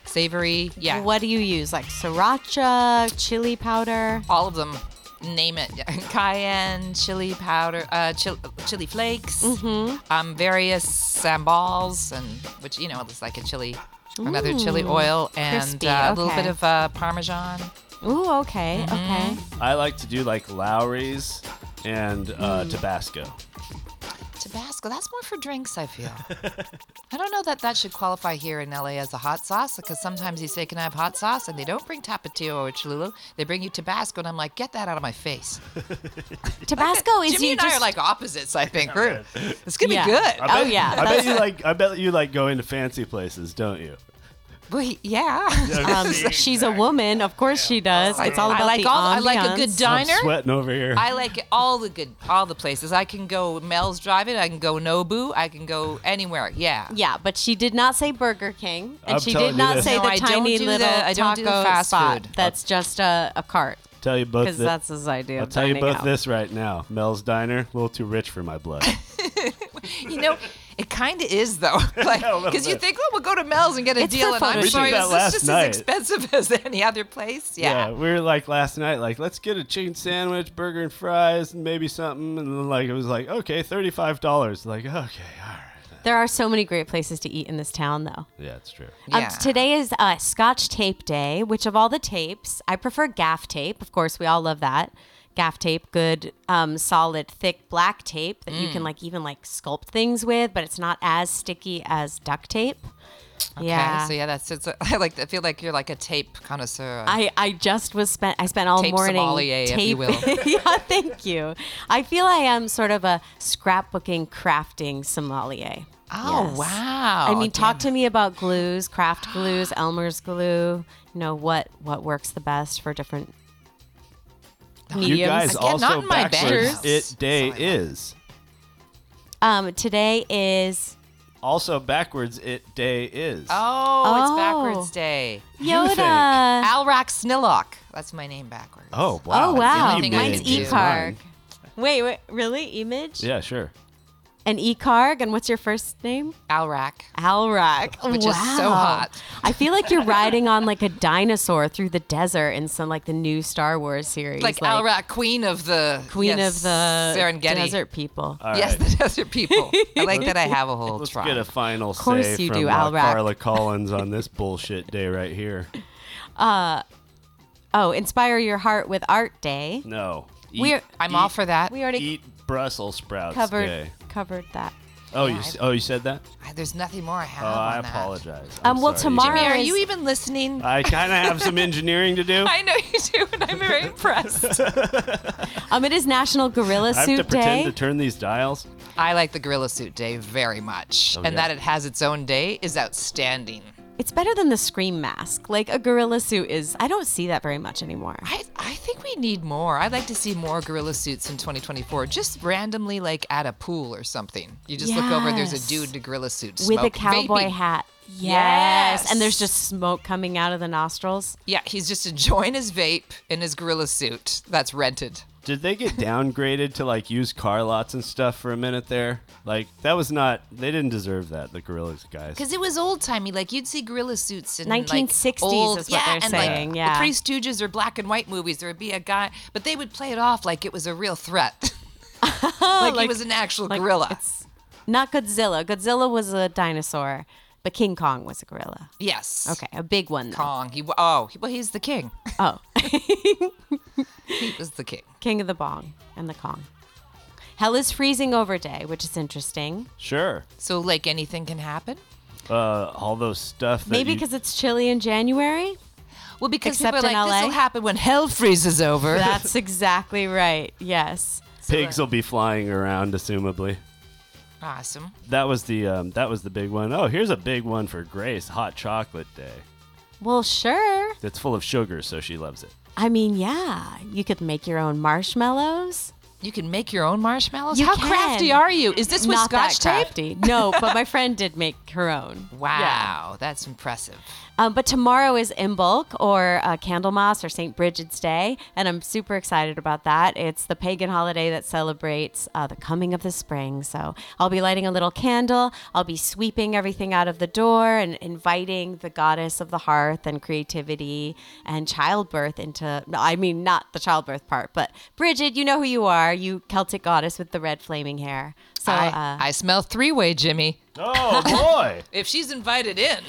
Speaker 6: savory. Yeah,
Speaker 3: good? What do you use? Like sriracha, chili powder?
Speaker 6: all of them. Name it: cayenne, chili powder, uh, chili, chili flakes,
Speaker 3: Mm-hmm.
Speaker 6: um, various sambals, and which you know it's like a chili, another chili
Speaker 3: Ooh,
Speaker 6: oil, and
Speaker 3: crispy,
Speaker 6: uh, a little bit
Speaker 3: okay.
Speaker 6: of uh, parmesan.
Speaker 3: Ooh, okay,
Speaker 6: Mm-hmm.
Speaker 3: okay.
Speaker 8: I like to do like Lowry's and uh,
Speaker 3: Mm.
Speaker 8: Tabasco.
Speaker 6: Tabasco, that's more for drinks, I feel. I don't know that that should qualify here in LA as a hot sauce because sometimes you say, Can I have hot sauce? And they don't bring Tapatio or Cholula. They bring you Tabasco. And I'm like, Get that out of my face.
Speaker 3: Tabasco is
Speaker 6: Jimmy
Speaker 3: you
Speaker 6: and I
Speaker 3: just
Speaker 6: are like opposites, I think. We're, it's going to
Speaker 3: Oh, Yeah.
Speaker 6: be good. Oh,
Speaker 8: I bet, I bet you like. I bet you like going to fancy places, don't you?
Speaker 6: Wait, yeah.
Speaker 3: Um, she's a woman, of course she does. It's all
Speaker 6: I
Speaker 3: about
Speaker 6: like
Speaker 3: the
Speaker 6: all- I like a
Speaker 3: ambiance.
Speaker 6: good diner.
Speaker 8: I'm sweating over here.
Speaker 6: I like all the good, all the places. I can go Mel's Drive It. I can go Nobu. I can go anywhere. Yeah.
Speaker 3: Yeah, but she did not say Burger King, and
Speaker 8: I'm
Speaker 3: she
Speaker 8: telling
Speaker 3: did
Speaker 8: you
Speaker 3: not
Speaker 8: this.
Speaker 3: say
Speaker 6: No,
Speaker 3: the
Speaker 6: I don't
Speaker 3: tiny
Speaker 6: do
Speaker 3: little
Speaker 6: the- I don't do the
Speaker 3: taco
Speaker 6: fast
Speaker 3: spot.
Speaker 6: food.
Speaker 3: That's just a, a cart.
Speaker 8: Tell you both
Speaker 3: 'Cause
Speaker 8: that-
Speaker 3: that's his idea
Speaker 8: I'll
Speaker 3: of
Speaker 8: tell you
Speaker 3: dining
Speaker 8: both
Speaker 3: out.
Speaker 8: this right now. Mel's Diner, a little too rich for my blood.
Speaker 6: You know, It kind of is though, like
Speaker 8: little
Speaker 6: because you
Speaker 8: bit.
Speaker 6: think, oh, we'll go to Mel's and get a
Speaker 8: It's
Speaker 6: deal,
Speaker 8: for
Speaker 6: and I'm
Speaker 8: photo We did
Speaker 6: sorry,
Speaker 8: that
Speaker 6: this
Speaker 8: last
Speaker 6: is just
Speaker 8: night.
Speaker 6: as expensive as any other place. Yeah.
Speaker 8: we were like last night, like let's get a chicken sandwich, burger and fries, and maybe something, and then, like it was like okay, thirty five dollars. Like okay,
Speaker 3: There are so many great places to eat in this town, though.
Speaker 8: yeah, it's true.
Speaker 3: Um, today is uh, Scotch Tape Day, which of all the tapes, I prefer gaff tape. Of course, we all love that. Gaff tape, good, um, solid, thick black tape that you
Speaker 6: Mm.
Speaker 3: can like even like sculpt things with, but it's not as sticky as duct tape.
Speaker 6: Okay,
Speaker 3: yeah.
Speaker 6: So yeah, that's it's. I like. I feel like you're like a tape connoisseur.
Speaker 3: I, I just was spent I spent all
Speaker 6: Tape
Speaker 3: morning
Speaker 6: sommelier, if you will.
Speaker 3: yeah, thank you. I feel I am sort of a scrapbooking crafting sommelier.
Speaker 6: Oh, wow.
Speaker 3: I mean, talk to me about glues, craft glues, Elmer's glue. You know what what works the best for different mediums.
Speaker 8: You guys also backwards.
Speaker 3: bedroom.
Speaker 8: It day is
Speaker 3: Um, today is
Speaker 8: also backwards. It day is.
Speaker 6: Oh,
Speaker 3: Oh.
Speaker 6: it's backwards day.
Speaker 3: You think. Yoda.
Speaker 6: Alrak Snillock. That's my name backwards.
Speaker 8: Oh
Speaker 3: Oh wow,
Speaker 6: Image.
Speaker 3: mine's
Speaker 6: Image is
Speaker 3: Ecarg. Wait, wait, really? Image?
Speaker 8: Yeah, sure.
Speaker 3: And Ecarg, and what's your first name?
Speaker 6: Alrak.
Speaker 3: Alrak,
Speaker 6: Which is so
Speaker 3: Wow.
Speaker 6: hot.
Speaker 3: I feel like you're riding on like a dinosaur through the desert in some like the new Star Wars series,
Speaker 6: Like, Alrak, queen of the
Speaker 3: Queen
Speaker 6: yes,
Speaker 3: of the
Speaker 6: Serengeti.
Speaker 3: desert people.
Speaker 8: All
Speaker 6: Yes,
Speaker 8: right.
Speaker 6: the desert people. I like that I have a whole
Speaker 8: Let's
Speaker 6: tribe.
Speaker 8: get a final
Speaker 3: Of course
Speaker 8: say
Speaker 3: you
Speaker 8: from
Speaker 3: do,
Speaker 8: uh,
Speaker 3: Al Rack.
Speaker 8: Carla Collins on this bullshit day right here.
Speaker 3: Uh, oh, inspire your heart with art day.
Speaker 8: No, Eat-
Speaker 3: We're-
Speaker 6: I'm all for that.
Speaker 3: We already
Speaker 8: eat Brussels sprouts
Speaker 3: covered
Speaker 8: day.
Speaker 3: covered that.
Speaker 8: Oh,
Speaker 6: Yeah,
Speaker 8: you
Speaker 6: I-
Speaker 8: s- oh you said that.
Speaker 6: I- There's nothing more I have.
Speaker 8: oh, I
Speaker 6: on that.
Speaker 8: apologize.
Speaker 3: Um,
Speaker 8: I'm
Speaker 3: well,
Speaker 8: sorry.
Speaker 3: tomorrow
Speaker 6: Jimmy, are
Speaker 3: is-
Speaker 6: you even listening?
Speaker 8: I kind of have some engineering to do.
Speaker 6: I know you do, and I'm very impressed.
Speaker 3: Um, it is National Gorilla
Speaker 8: I have to
Speaker 3: Suit
Speaker 8: pretend
Speaker 3: Day.
Speaker 8: to turn these dials.
Speaker 6: I like the gorilla suit day very much,
Speaker 8: Oh,
Speaker 6: and
Speaker 8: yeah.
Speaker 6: that it has its own day is outstanding.
Speaker 3: It's better than the scream mask. Like a gorilla suit is. I don't see that very much anymore.
Speaker 6: I think we need more. I'd like to see more gorilla suits in 2024, just randomly, like at a pool or something. You just look over, and there's
Speaker 3: Yes.
Speaker 6: a dude in a gorilla suit
Speaker 3: with a
Speaker 6: smoke-
Speaker 3: cowboy
Speaker 6: vaping.
Speaker 3: hat. Yes.
Speaker 6: Yes.
Speaker 3: and there's just smoke coming out of the nostrils.
Speaker 6: Yeah, he's just enjoying his vape in his gorilla suit that's rented.
Speaker 8: Did they get downgraded to like used car lots and stuff for a minute there? Like that was not. They didn't deserve that. The gorillas guys.
Speaker 6: Because it was old timey, like you'd see gorilla suits in
Speaker 3: 1960s
Speaker 6: like, old,
Speaker 3: is what
Speaker 6: yeah,
Speaker 3: they're
Speaker 6: and,
Speaker 3: saying,
Speaker 6: Like,
Speaker 3: yeah.
Speaker 6: the Three Stooges or black and white movies. There would be a guy, but they would play it off like it was a real threat, like, he
Speaker 3: Like-
Speaker 6: was an actual
Speaker 3: like
Speaker 6: gorilla.
Speaker 3: Not Godzilla. Godzilla was a dinosaur, but King Kong was a gorilla.
Speaker 6: Yes.
Speaker 3: Okay, a big one. Though.
Speaker 6: Kong. He oh he- well he's the king.
Speaker 3: Oh,
Speaker 6: he was the king.
Speaker 3: King of the Bong and the Kong. Hell is freezing over day, which is interesting.
Speaker 8: Sure.
Speaker 6: So like anything can happen.
Speaker 8: Uh, all those stuff. That
Speaker 3: Maybe
Speaker 8: you-
Speaker 3: because it's chilly in January.
Speaker 6: Well, because
Speaker 3: except
Speaker 6: people are
Speaker 3: in
Speaker 6: like,
Speaker 3: LA,
Speaker 6: "This'll happen when hell freezes over."
Speaker 3: That's exactly right. Yes.
Speaker 8: pigs will be flying around, assumably.
Speaker 6: Awesome.
Speaker 8: That was the um, that was the big one. Oh, here's a big one for Grace. Hot chocolate day.
Speaker 3: Well, sure.
Speaker 8: That's full of sugar, so she loves it.
Speaker 3: I mean, yeah, you could make your own marshmallows.
Speaker 6: You can make your own marshmallows.
Speaker 3: You
Speaker 6: How
Speaker 3: can.
Speaker 6: crafty are you? Is this with
Speaker 3: Not that
Speaker 6: scotch tape?
Speaker 3: crafty. No, but my friend did make her own.
Speaker 6: Wow,
Speaker 3: Yeah.
Speaker 6: that's impressive.
Speaker 3: Um, but tomorrow is Imbolc or uh, Candlemas or St. Bridget's Day, and I'm super excited about that. It's the pagan holiday that celebrates uh, the coming of the spring. So I'll be lighting a little candle. I'll be sweeping everything out of the door and inviting the goddess of the hearth and creativity and childbirth into. No, I mean not the childbirth part, but Bridget, you know who you are, you Celtic goddess with the red flaming hair. So
Speaker 6: I,
Speaker 3: uh,
Speaker 6: I smell three way, Jimmy.
Speaker 8: Oh boy!
Speaker 6: if she's invited in,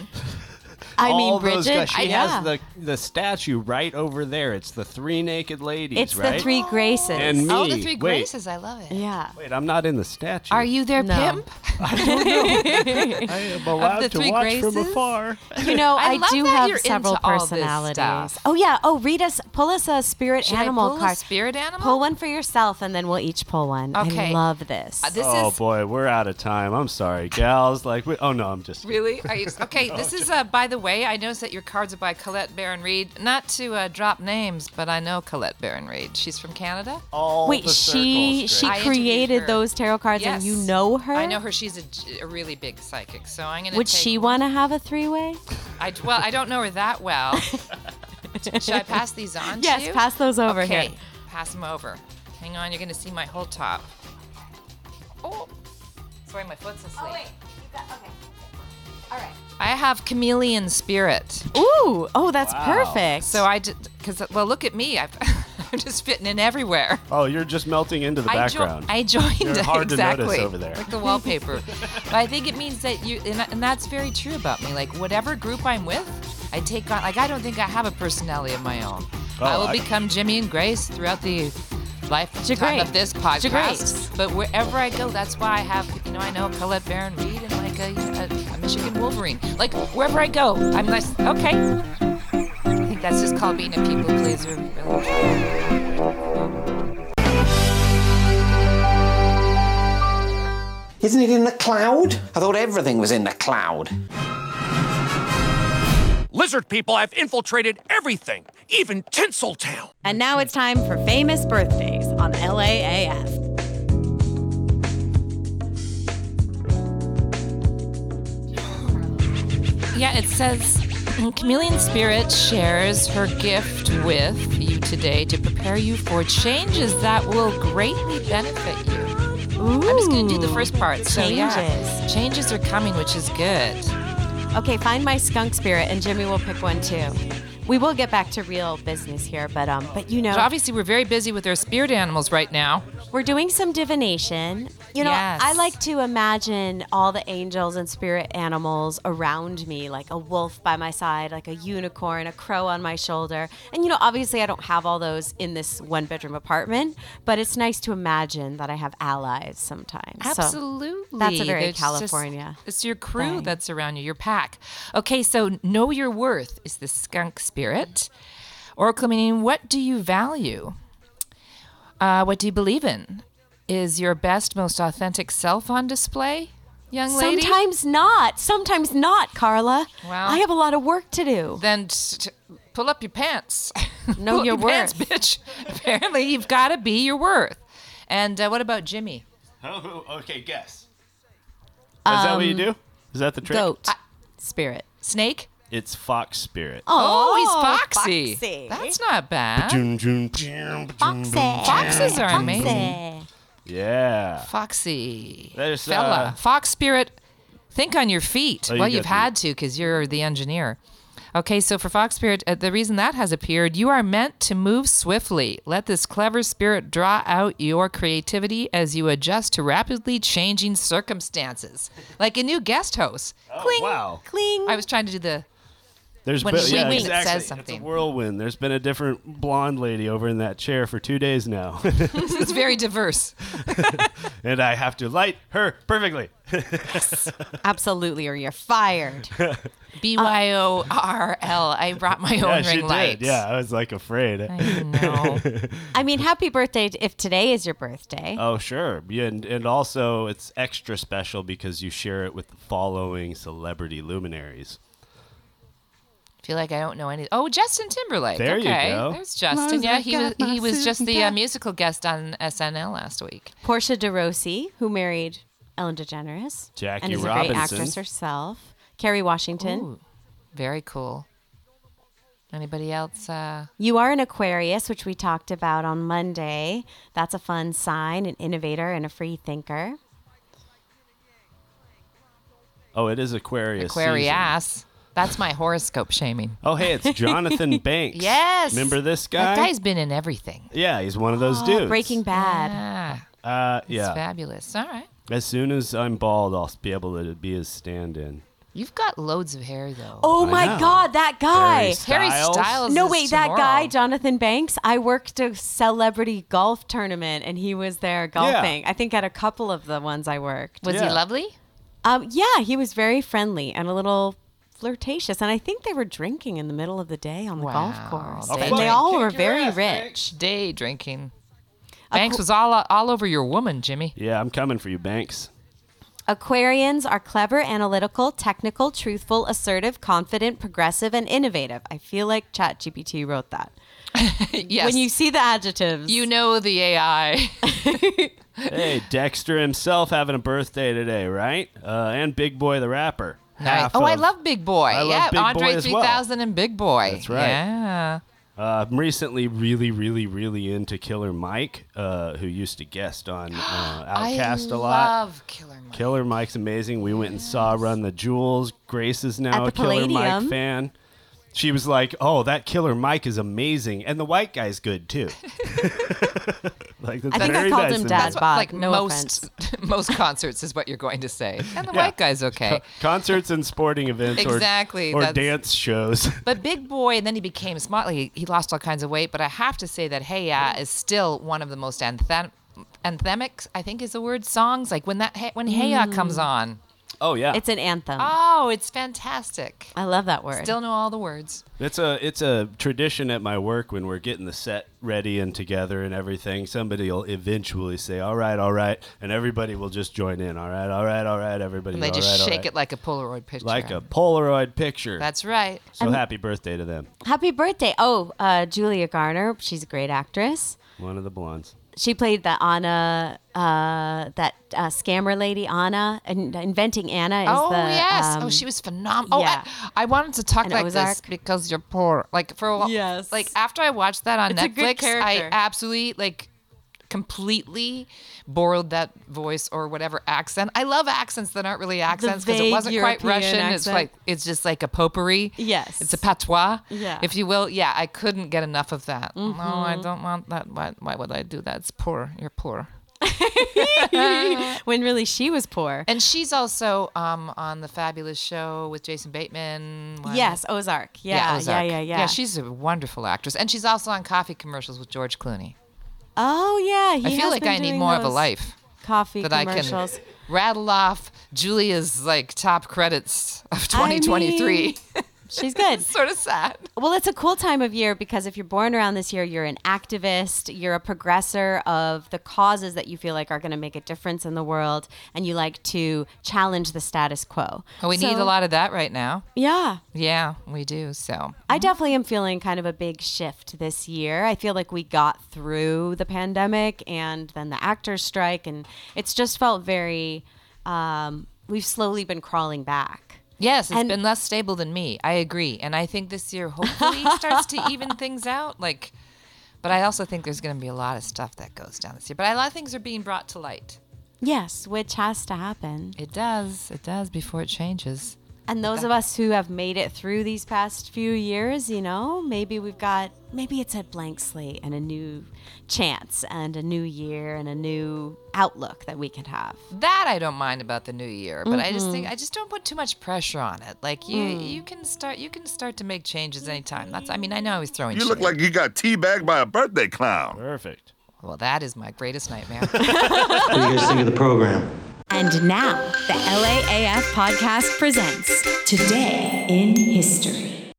Speaker 3: I mean,
Speaker 8: All those
Speaker 3: Bridget,
Speaker 8: guys- she
Speaker 3: yeah.
Speaker 8: has the the statue right over there. It's the three naked ladies.
Speaker 3: It's the
Speaker 8: right?
Speaker 3: three graces.
Speaker 8: And me.
Speaker 6: Oh, the three
Speaker 8: Wait,
Speaker 6: graces. I love it.
Speaker 3: Yeah.
Speaker 8: Wait, I'm not in the statue.
Speaker 6: Are you their pimp?
Speaker 8: I am
Speaker 6: allowed the to three watch from graces?
Speaker 8: afar.
Speaker 3: You know, I,
Speaker 6: love
Speaker 3: do
Speaker 6: that
Speaker 3: have
Speaker 6: you're
Speaker 3: several
Speaker 6: into all this
Speaker 3: personalities.
Speaker 6: stuff.
Speaker 3: Oh yeah. Oh, read us. Pull us a spirit
Speaker 6: Should I
Speaker 3: animal
Speaker 6: pull a
Speaker 3: card.
Speaker 6: spirit animal?
Speaker 3: Pull one for yourself, and then we'll each pull one. I
Speaker 6: Okay.
Speaker 3: love this.
Speaker 6: Uh, this
Speaker 8: oh
Speaker 6: is
Speaker 8: boy, we're out of time. I'm sorry, gals. Like, we, oh no, I'm just.
Speaker 6: Really? Are you okay? This is uh, by the way. I noticed that your cards are by Colette Baron Reid. Not to uh, drop names, but I know Colette Baron Reid. She's from Canada.
Speaker 8: All
Speaker 3: Wait, she she
Speaker 6: I interviewed
Speaker 3: created
Speaker 6: her.
Speaker 3: those tarot cards, and you
Speaker 6: Yes.
Speaker 3: know her.
Speaker 6: I know her. She's a g- a, really big psychic. So I'm gonna.
Speaker 3: Would
Speaker 6: take-
Speaker 3: she want to have a three way?
Speaker 6: I well, I don't know her that well. Should I pass these on?
Speaker 3: Yes,
Speaker 6: to you?
Speaker 3: pass those over
Speaker 6: okay,
Speaker 3: here.
Speaker 6: Pass them over. Hang on, you're gonna see my whole top. Oh, Sorry, my foot's asleep.
Speaker 15: Oh, wait. You got, okay. All right.
Speaker 6: I have chameleon spirit.
Speaker 3: Ooh, oh, that's
Speaker 6: Wow.
Speaker 3: perfect.
Speaker 6: So I did because well, look at me. I've, I'm just fitting in everywhere.
Speaker 8: Oh, you're just melting into the
Speaker 6: I jo-
Speaker 8: background.
Speaker 6: I joined
Speaker 8: You're hard
Speaker 6: exactly
Speaker 8: to notice over there.
Speaker 6: like the wallpaper. but I think it means that you, and, and that's very true about me. Like whatever group I'm with, I take on. Like I don't think I have a personality of my own.
Speaker 15: Oh,
Speaker 6: I will
Speaker 15: I-
Speaker 6: become Jimmy and Grace throughout the lifetime of this
Speaker 15: Grace.
Speaker 6: podcast. But wherever I go, that's why I have. You know, I know Colette Baron Reed and like a, a, a Michigan Wolverine. Like wherever I go, I'm like okay. I think that's just called being a people pleaser.
Speaker 17: Isn't it in the cloud? I thought everything was in the cloud.
Speaker 18: Lizard people have infiltrated everything, even Tinseltown.
Speaker 15: And now it's time for famous birthdays on LAAF.
Speaker 6: Yeah, it says Chameleon Spirit shares her gift with you today to prepare you for changes that will greatly benefit you. I'm just going to do the first part. So, yeah.
Speaker 3: Changes.
Speaker 6: Changes are coming, which is good.
Speaker 3: Okay, find my skunk spirit, and Jimmy will pick one too. We will get back to real business here, but um, but you know,
Speaker 6: But obviously, we're very busy with our spirit animals right now.
Speaker 3: We're doing some divination. You know,
Speaker 6: Yes.
Speaker 3: I like to imagine all the angels and spirit animals around me, like a wolf by my side, like a unicorn, a crow on my shoulder. And, you know, obviously I don't have all those in this one bedroom apartment, but it's nice to imagine that I have allies sometimes. So
Speaker 6: Absolutely.
Speaker 3: that's a very
Speaker 6: There's just-
Speaker 3: California.
Speaker 6: it's your crew
Speaker 3: thing.
Speaker 6: that's around you, your pack. Okay, so know your worth is the skunk spirit. Oracle meaning, what do you value? Uh, what do you believe in? Is your best, most authentic self on display, young lady?
Speaker 3: Sometimes not. Sometimes not, Carla.
Speaker 6: Well.
Speaker 3: I have a lot of work to do.
Speaker 6: Then t- t- pull up your pants.
Speaker 3: Know
Speaker 6: pull up
Speaker 3: your
Speaker 6: pants, bitch. Apparently, you've got to be your worth. And uh, what about Jimmy?
Speaker 8: Oh, okay, guess. Is that what you
Speaker 6: Um,
Speaker 8: do? Is that the trick?
Speaker 6: goat.
Speaker 3: Spirit.
Speaker 6: Snake?
Speaker 8: It's fox spirit.
Speaker 6: Oh,
Speaker 15: Oh,
Speaker 6: he's foxy.
Speaker 15: foxy.
Speaker 6: That's not bad.
Speaker 8: Foxy.
Speaker 6: Foxes are amazing.
Speaker 8: Yeah.
Speaker 6: Foxy.
Speaker 8: There's,
Speaker 6: Fella.
Speaker 8: uh,
Speaker 6: Fox spirit, think on your feet.
Speaker 8: Oh, you
Speaker 6: well, you've
Speaker 8: got the-
Speaker 6: had to because you're the engineer. Okay, so for Fox Spirit, uh, the reason that has appeared, you are meant to move swiftly. Let this clever spirit draw out your creativity as you adjust to rapidly changing circumstances. Like a new guest host. cling,
Speaker 8: Oh, wow.
Speaker 3: cling.
Speaker 6: I was trying to do the.
Speaker 8: There's
Speaker 6: when
Speaker 8: been,
Speaker 6: it's
Speaker 8: yeah,
Speaker 6: wing-wing, it
Speaker 8: exactly.
Speaker 6: says
Speaker 8: It's
Speaker 6: something.
Speaker 8: a whirlwind. There's been a different blonde lady over in that chair for two days now,
Speaker 6: it's very diverse.
Speaker 8: and I have to light her perfectly.
Speaker 3: Absolutely, or you're fired.
Speaker 6: B Y O R L. I brought my own
Speaker 8: yeah,
Speaker 6: ring
Speaker 8: she
Speaker 6: light.
Speaker 8: Did. Yeah, I was like afraid. I
Speaker 6: know.
Speaker 3: I mean, happy birthday if today is your birthday.
Speaker 8: oh, sure. Yeah, and, and also it's extra special because you share it with the following celebrity luminaries.
Speaker 6: feel like I don't know any. Oh, Justin Timberlake.
Speaker 8: There you
Speaker 6: okay.
Speaker 8: go.
Speaker 6: There's Justin.
Speaker 3: Mars,
Speaker 6: Yeah,
Speaker 3: I
Speaker 6: he
Speaker 3: got
Speaker 6: was
Speaker 3: my
Speaker 6: he was just
Speaker 3: Susan
Speaker 6: the uh,
Speaker 3: Cat.
Speaker 6: musical guest on SNL last week.
Speaker 3: Portia de Rossi, who married Ellen DeGeneres,
Speaker 8: Jackie
Speaker 3: and is a great
Speaker 8: Robinson.
Speaker 3: actress herself. Kerry Washington.
Speaker 6: Ooh, very cool. Anybody else? Uh,
Speaker 3: You are an Aquarius, which we talked about on Monday. That's a fun sign, an innovator and a free thinker.
Speaker 8: Oh, it is Aquarius. season.
Speaker 6: Aquarius. That's my horoscope shaming.
Speaker 8: Oh, hey, it's Jonathan Banks.
Speaker 6: Yes.
Speaker 8: Remember this guy?
Speaker 6: That guy's been in everything.
Speaker 8: yeah, he's one of those
Speaker 6: Oh,
Speaker 8: dudes.
Speaker 3: Breaking Bad.
Speaker 6: Yeah.
Speaker 8: uh,
Speaker 6: It's
Speaker 8: yeah.
Speaker 6: fabulous. All right.
Speaker 8: As soon as I'm bald, I'll be able to be his stand-in.
Speaker 6: You've got loads of hair though.
Speaker 3: Oh
Speaker 8: I
Speaker 3: my
Speaker 8: know.
Speaker 3: God, that guy.
Speaker 8: Harry Styles? Styles
Speaker 3: No,
Speaker 8: is
Speaker 3: wait, that guy,
Speaker 8: tomorrow.
Speaker 3: Jonathan Banks. I worked a celebrity golf tournament and he was there golfing. I think at a couple of the ones I worked.
Speaker 6: Was he lovely?
Speaker 3: Um, yeah, he was very friendly and a little flirtatious. And I think they were drinking in the middle of the day on the golf course.
Speaker 6: Day
Speaker 3: And they
Speaker 6: drinking.
Speaker 3: all were very rich.
Speaker 6: Day drinking.
Speaker 3: A
Speaker 6: Banks
Speaker 3: qu-
Speaker 6: was all all over your woman, Jimmy.
Speaker 8: Yeah, I'm coming for you, Banks.
Speaker 3: Aquarians are clever, analytical, technical, truthful, assertive, confident, progressive, and innovative. I feel like ChatGPT wrote that.
Speaker 6: yes.
Speaker 3: When you see the adjectives,
Speaker 6: you know the AI.
Speaker 8: hey, Dexter himself having a birthday today, right? Uh, and Big Boy the rapper. Half
Speaker 6: oh, I
Speaker 8: of-
Speaker 6: love Big Boy.
Speaker 8: I love
Speaker 6: yeah,
Speaker 8: Big
Speaker 6: Andre
Speaker 8: Boy as well.
Speaker 6: 3000 and Big Boy.
Speaker 8: That's right.
Speaker 6: Yeah.
Speaker 8: Uh, I'm recently really, really, really into Killer Mike, uh, who used to guest on uh, Outcast
Speaker 6: I
Speaker 8: a lot.
Speaker 6: love Killer Mike.
Speaker 8: Killer Mike's amazing. We went and saw Run the Jewels. Grace is now
Speaker 6: At
Speaker 8: a
Speaker 6: the
Speaker 8: Killer Mike
Speaker 6: Palladium.
Speaker 8: fan. She was like, "Oh, that Killer Mike is amazing, and the white guy's good too." like that's
Speaker 6: I think I
Speaker 8: very
Speaker 6: called
Speaker 8: nice
Speaker 6: him
Speaker 8: of
Speaker 6: dad
Speaker 8: her.
Speaker 6: bod. Like No most- most concerts is what you're going to say. And the white guy's okay.
Speaker 8: Co- concerts and sporting events, or-
Speaker 6: Exactly,
Speaker 8: or,
Speaker 6: that's-
Speaker 8: dance shows.
Speaker 6: But big boy, and then he became Smotley. He lost all kinds of weight, but I have to say that Hey Ya is still one of the most anthem- anthemic, I think is the word, songs. Like when that hey, when Hey Ya comes on,
Speaker 8: Oh yeah,
Speaker 3: It's an anthem.
Speaker 6: Mm. oh, it's fantastic.
Speaker 3: I love that word.
Speaker 6: Still know all the words.
Speaker 8: It's a it's a tradition at my work when we're getting the set ready and together and everything. Somebody will eventually say, "All right, all right," and everybody will just join in. All right, all right, all right. Everybody,
Speaker 6: And they
Speaker 8: all
Speaker 6: just
Speaker 8: right, all
Speaker 6: shake
Speaker 8: right."
Speaker 6: it like a Polaroid picture.
Speaker 8: like a Polaroid picture.
Speaker 6: That's right.
Speaker 8: so
Speaker 3: I'm-
Speaker 8: happy birthday to them.
Speaker 3: Happy birthday. Oh, uh, Julia Garner. She's a great actress.
Speaker 8: One of the blondes.
Speaker 3: She played the Anna, uh, that uh, scammer lady, Anna. In- Inventing Anna is
Speaker 6: oh
Speaker 3: the.
Speaker 6: yes. oh,
Speaker 3: um,
Speaker 6: she was phenomenal.
Speaker 3: yeah.
Speaker 6: Oh, I, I wanted to talk
Speaker 3: And
Speaker 6: like this
Speaker 3: Ozark.
Speaker 6: because you're poor. Like for a while.
Speaker 3: Yes.
Speaker 6: Like after I watched that on
Speaker 3: It's a good
Speaker 6: Netflix, I
Speaker 3: character.
Speaker 6: absolutely like completely borrowed that voice or whatever accent. I love accents that aren't really accents because it
Speaker 3: vague
Speaker 6: wasn't quite
Speaker 3: European
Speaker 6: Russian. It's
Speaker 3: accent.
Speaker 6: like it's just like a potpourri.
Speaker 3: Yes.
Speaker 6: It's a patois.
Speaker 3: Yeah.
Speaker 6: If you will. Yeah. I couldn't get enough of that. No, I
Speaker 3: Mhm.
Speaker 6: don't want that. Why, why would I do that? It's poor. You're poor.
Speaker 3: when really she was poor.
Speaker 6: And she's also um, on the fabulous show with Jason Bateman. Why-
Speaker 3: Yes, Ozark. Yeah, yeah, yeah, yeah.
Speaker 6: Yeah, she's a wonderful actress, and she's also on coffee commercials with George Clooney.
Speaker 3: Oh yeah, he
Speaker 6: I feel
Speaker 3: has
Speaker 6: like
Speaker 3: been
Speaker 6: I need
Speaker 3: doing
Speaker 6: more of a
Speaker 3: those
Speaker 6: life
Speaker 3: Coffee
Speaker 6: that
Speaker 3: commercials.
Speaker 6: I can rattle off Julia's like top credits of
Speaker 3: I mean,
Speaker 6: 2023.
Speaker 3: She's good.
Speaker 6: sort of sad.
Speaker 3: Well, it's a cool time of year because if you're born around this year, you're an activist, you're a progressor of the causes that you feel like are going to make a difference in the world, and you like to challenge the status quo.
Speaker 6: Oh, we need a
Speaker 3: So-
Speaker 6: lot of that right now.
Speaker 3: Yeah.
Speaker 6: Yeah, we do. So
Speaker 3: I definitely am feeling kind of a big shift this year. I feel like we got through the pandemic and then the actors strike, and it's just felt very. Um, we've slowly been crawling back.
Speaker 6: Yes, it's
Speaker 3: And-
Speaker 6: been less stable than me. I agree, and I think this year hopefully starts to even things out. Like, but I also think there's going to be a lot of stuff that goes down this year. But a lot of things are being brought to light.
Speaker 3: Yes, which has to happen.
Speaker 6: It does. It does before it changes.
Speaker 3: And those of us who have made it through these past few years, you know, maybe we've got, maybe it's a blank slate and a new chance and a new year and a new outlook that we can have.
Speaker 6: That I don't mind about the new year, but I just
Speaker 3: Mhm.
Speaker 6: think I just don't put too much pressure on it. Like you,
Speaker 1: Mm.
Speaker 6: you can start, you can start to make changes anytime. That's. I mean, I know I was throwing.
Speaker 1: You
Speaker 6: shade.
Speaker 1: look like you got teabagged by a birthday clown.
Speaker 8: Perfect.
Speaker 6: Well, that is my greatest nightmare.
Speaker 19: What do you guys think of the program?
Speaker 15: And now, the LAAF podcast presents Today in History.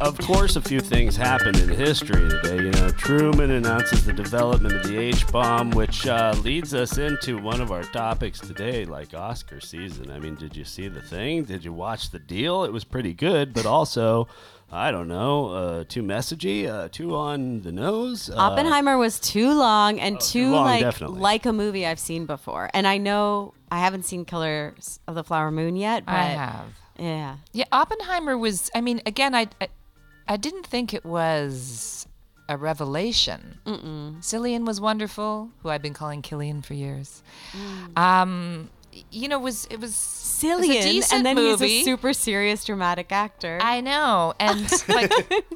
Speaker 8: Of course, a few things happened in history today. You know, Truman announces the development of the H bomb, which uh, leads us into one of our topics today, like Oscar season. I mean, did you see the thing? Did you watch the deal? It was pretty good, but also, I don't know, uh, too messagey, uh, too on the nose. uh,
Speaker 3: Oppenheimer was too long and too,
Speaker 8: Oh, long,
Speaker 3: like
Speaker 8: definitely.
Speaker 3: like a movie I've seen before. And I know I haven't seen Killers of the Flower Moon yet, but
Speaker 6: I have.
Speaker 3: Yeah.
Speaker 6: Yeah, Oppenheimer was. I mean, again, I, I, I didn't think it was a revelation. Mm-mm. Cillian was wonderful, who I've been calling Killian for years. Um, y- you know, it was it was it was a
Speaker 3: Mm. Cillian,
Speaker 6: decent
Speaker 3: and then
Speaker 6: movie.
Speaker 3: he's a super serious dramatic actor.
Speaker 6: I know, and like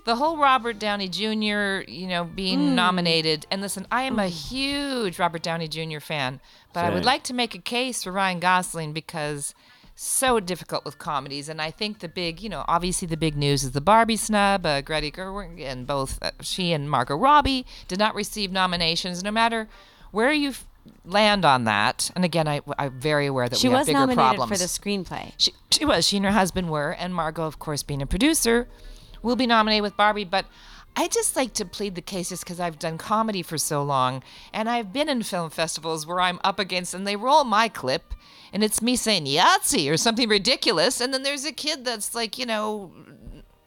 Speaker 6: the whole Robert Downey Jr. You know being
Speaker 3: Mm.
Speaker 6: nominated. And listen, I am a huge Robert Downey Jr. fan, but I would
Speaker 3: Same.
Speaker 6: like to make a case for Ryan Gosling because so difficult with comedies. And I think the big, you know, obviously the big news is the Barbie snub. Uh, Greta Gerwig and both uh, she and Margot Robbie did not receive nominations, no matter where you. F- land on that and again I, i'm very aware that
Speaker 3: she
Speaker 6: we have
Speaker 3: was
Speaker 6: bigger
Speaker 3: nominated
Speaker 6: problems
Speaker 3: for the screenplay.
Speaker 6: she, she was. She and her husband were, and Margot, of course, being a producer, will be nominated with Barbie. But I just like to plead the case just because I've done comedy for so long, and I've been in film festivals where I'm up against, and they roll my clip, and it's me saying Yahtzee or something ridiculous, and then there's a kid that's like, you know,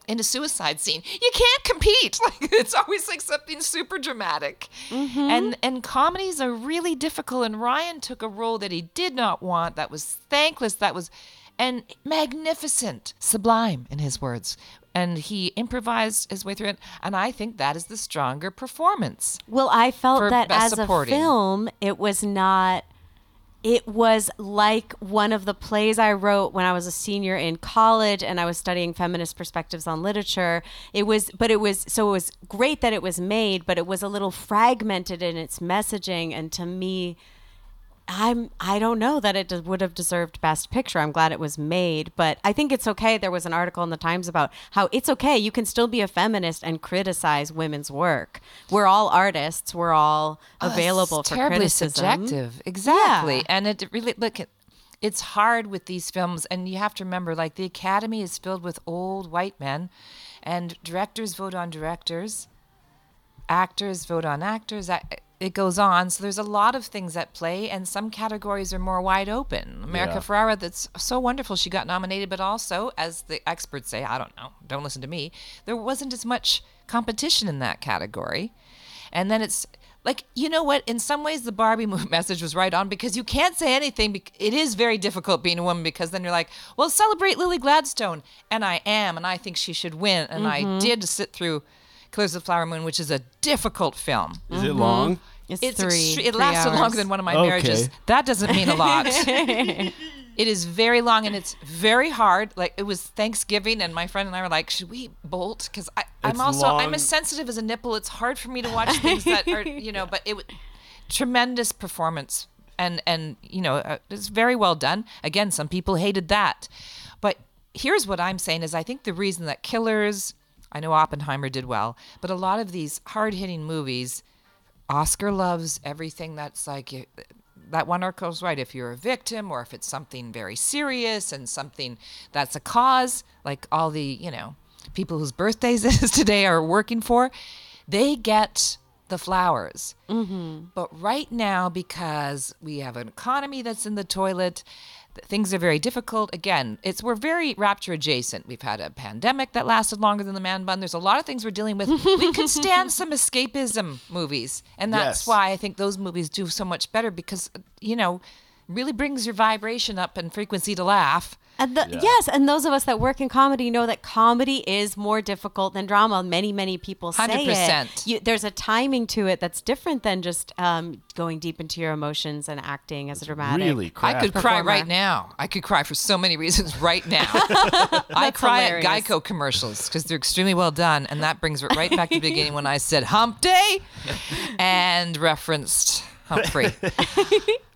Speaker 6: in a suicide scene. You can't compete. Like it's always like something super dramatic. And and comedies are really difficult. And Ryan took a role that he did not want. That was thankless. That was and magnificent, sublime in his words. And he improvised his way through it. And I think that is the stronger performance.
Speaker 3: Well, I felt
Speaker 6: for
Speaker 3: that
Speaker 6: best
Speaker 3: as
Speaker 6: supporting.
Speaker 3: a film, it was not. It was like one of the plays I wrote when I was a senior in college and I was studying feminist perspectives on literature. It was, but it was, so it was great that it was made, but it was a little fragmented in its messaging. And to me, I'm I don't know that it de- would have deserved best picture. I'm glad it was made, but I think it's okay. There was an article in the Times about how it's okay you can still be a feminist and criticize women's work. We're all artists. We're all
Speaker 6: Oh, it's
Speaker 3: available for
Speaker 6: terribly
Speaker 3: criticism.
Speaker 6: subjective exactly and it really look it- it's hard with these films and you have to remember like the academy is filled with old white men and directors vote on directors actors vote on actors ac- it goes on so there's a lot of things at play and some categories are more wide open america
Speaker 2: Yeah.
Speaker 6: ferrara that's so wonderful she got nominated but also as the experts say i don't know don't listen to me there wasn't as much competition in that category and then it's like, you know what? In some ways, the Barbie mo- message was right on because you can't say anything. bec- It is very difficult being a woman because then you're like, well, celebrate Lily Gladstone. And I am. And I think she should win. And I
Speaker 3: Mhm.
Speaker 6: did sit through Killers of the Flower Moon, which is a difficult film.
Speaker 8: Is it
Speaker 6: Mm-hmm.
Speaker 8: long?
Speaker 3: It's,
Speaker 6: extre-
Speaker 3: three- three
Speaker 6: it lasted
Speaker 3: hours.
Speaker 6: longer than one of my
Speaker 8: Okay.
Speaker 6: marriages. That doesn't mean a lot. it is very long and it's very hard. Like it was Thanksgiving, and my friend and I were like, "Should we bolt?" Because I'm
Speaker 2: It's
Speaker 6: also I'm
Speaker 2: long.
Speaker 6: as sensitive as a nipple. It's hard for me to watch things that are you know. But it was tremendous performance, and and you know uh, it's very well done. Again, some people hated that, but here's what I'm saying is I think the reason that Killers, I know Oppenheimer did well, but a lot of these hard hitting movies. Oscar loves everything that's like you- that one article's right. If you're a victim or if it's something very serious and something that's a cause, like all the, you know, people whose birthdays it is today are working for, they get the flowers. Mm-hmm. But right now, because we have an economy that's in the toilet, th- things are very difficult. Again, it's we're very rapture adjacent. We've had a pandemic that lasted longer than the man bun. There's a lot of things we're dealing with. we could stand some escapism movies, and that's
Speaker 2: Yes.
Speaker 6: why I think those movies do so much better because uh, you know, really brings your vibration up and frequency to laugh.
Speaker 3: And the,
Speaker 6: Yeah.
Speaker 3: Yes, and those of us that work in comedy know that comedy is more difficult than drama. Many, many people say
Speaker 6: 100%.
Speaker 3: it. You, there's a timing to it that's different than just um, going deep into your emotions and acting as a dramatic.
Speaker 6: I could cry
Speaker 3: performer.
Speaker 6: right now. I could cry for so many reasons right now. I cry at
Speaker 3: hilarious.
Speaker 6: Geico commercials because they're extremely well done, and that brings it right back to the beginning when I said Hump Day, and referenced Humphrey,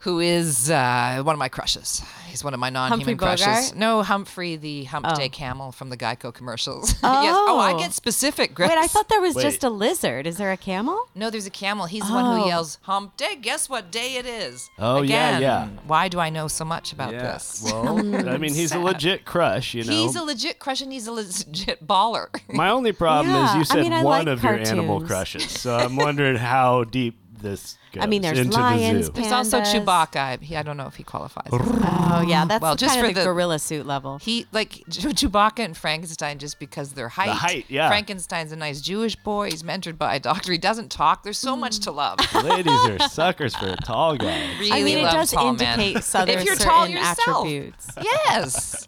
Speaker 6: who is uh, one of my crushes. He's one of my
Speaker 3: Humphrey
Speaker 6: non-human
Speaker 3: Bogart?
Speaker 6: crushes. No, Humphrey, the Hump
Speaker 3: Oh.
Speaker 6: Day camel from the Geico commercials. yes. oh, I
Speaker 3: Oh.
Speaker 6: get specific.
Speaker 3: Wait, I
Speaker 6: Grace.
Speaker 3: thought there was just a lizard. Is there a camel?
Speaker 6: No, there's a camel. He's the one
Speaker 3: Oh.
Speaker 6: who yells, Hump Day, guess what day it is?
Speaker 8: Oh, yeah,
Speaker 6: Again.
Speaker 8: yeah.
Speaker 6: Why do I know so much about this?
Speaker 8: Well, I mean, he's a
Speaker 6: Sad.
Speaker 8: legit crush, you know.
Speaker 6: He's a legit crush and he's a legit baller.
Speaker 8: My only problem
Speaker 6: Yeah,
Speaker 8: is you
Speaker 6: I
Speaker 8: said
Speaker 6: mean, I
Speaker 8: one
Speaker 6: like
Speaker 8: of your animal
Speaker 6: cartoons.
Speaker 8: crushes, so I'm wondering how deep this goes.
Speaker 3: I mean, there's
Speaker 8: into
Speaker 3: lions,
Speaker 8: The zoo.
Speaker 6: There's also
Speaker 3: Pandas.
Speaker 6: Chewbacca. He, I don't know if he qualifies.
Speaker 3: Oh yeah, that's
Speaker 6: well, just
Speaker 3: kind
Speaker 6: for
Speaker 3: of the, gorilla suit level.
Speaker 6: He like Che- Chewbacca and Frankenstein just because their height.
Speaker 8: height, yeah.
Speaker 6: Frankenstein's a nice Jewish boy. He's mentored by a doctor. He doesn't talk. There's so much to love.
Speaker 8: Ladies are suckers for a tall guy.
Speaker 6: Really
Speaker 3: I mean, it
Speaker 6: love
Speaker 3: does
Speaker 6: tall men.
Speaker 3: indicate southern
Speaker 6: if you're
Speaker 3: certain
Speaker 6: tall yourself.
Speaker 3: attributes.
Speaker 6: Yes.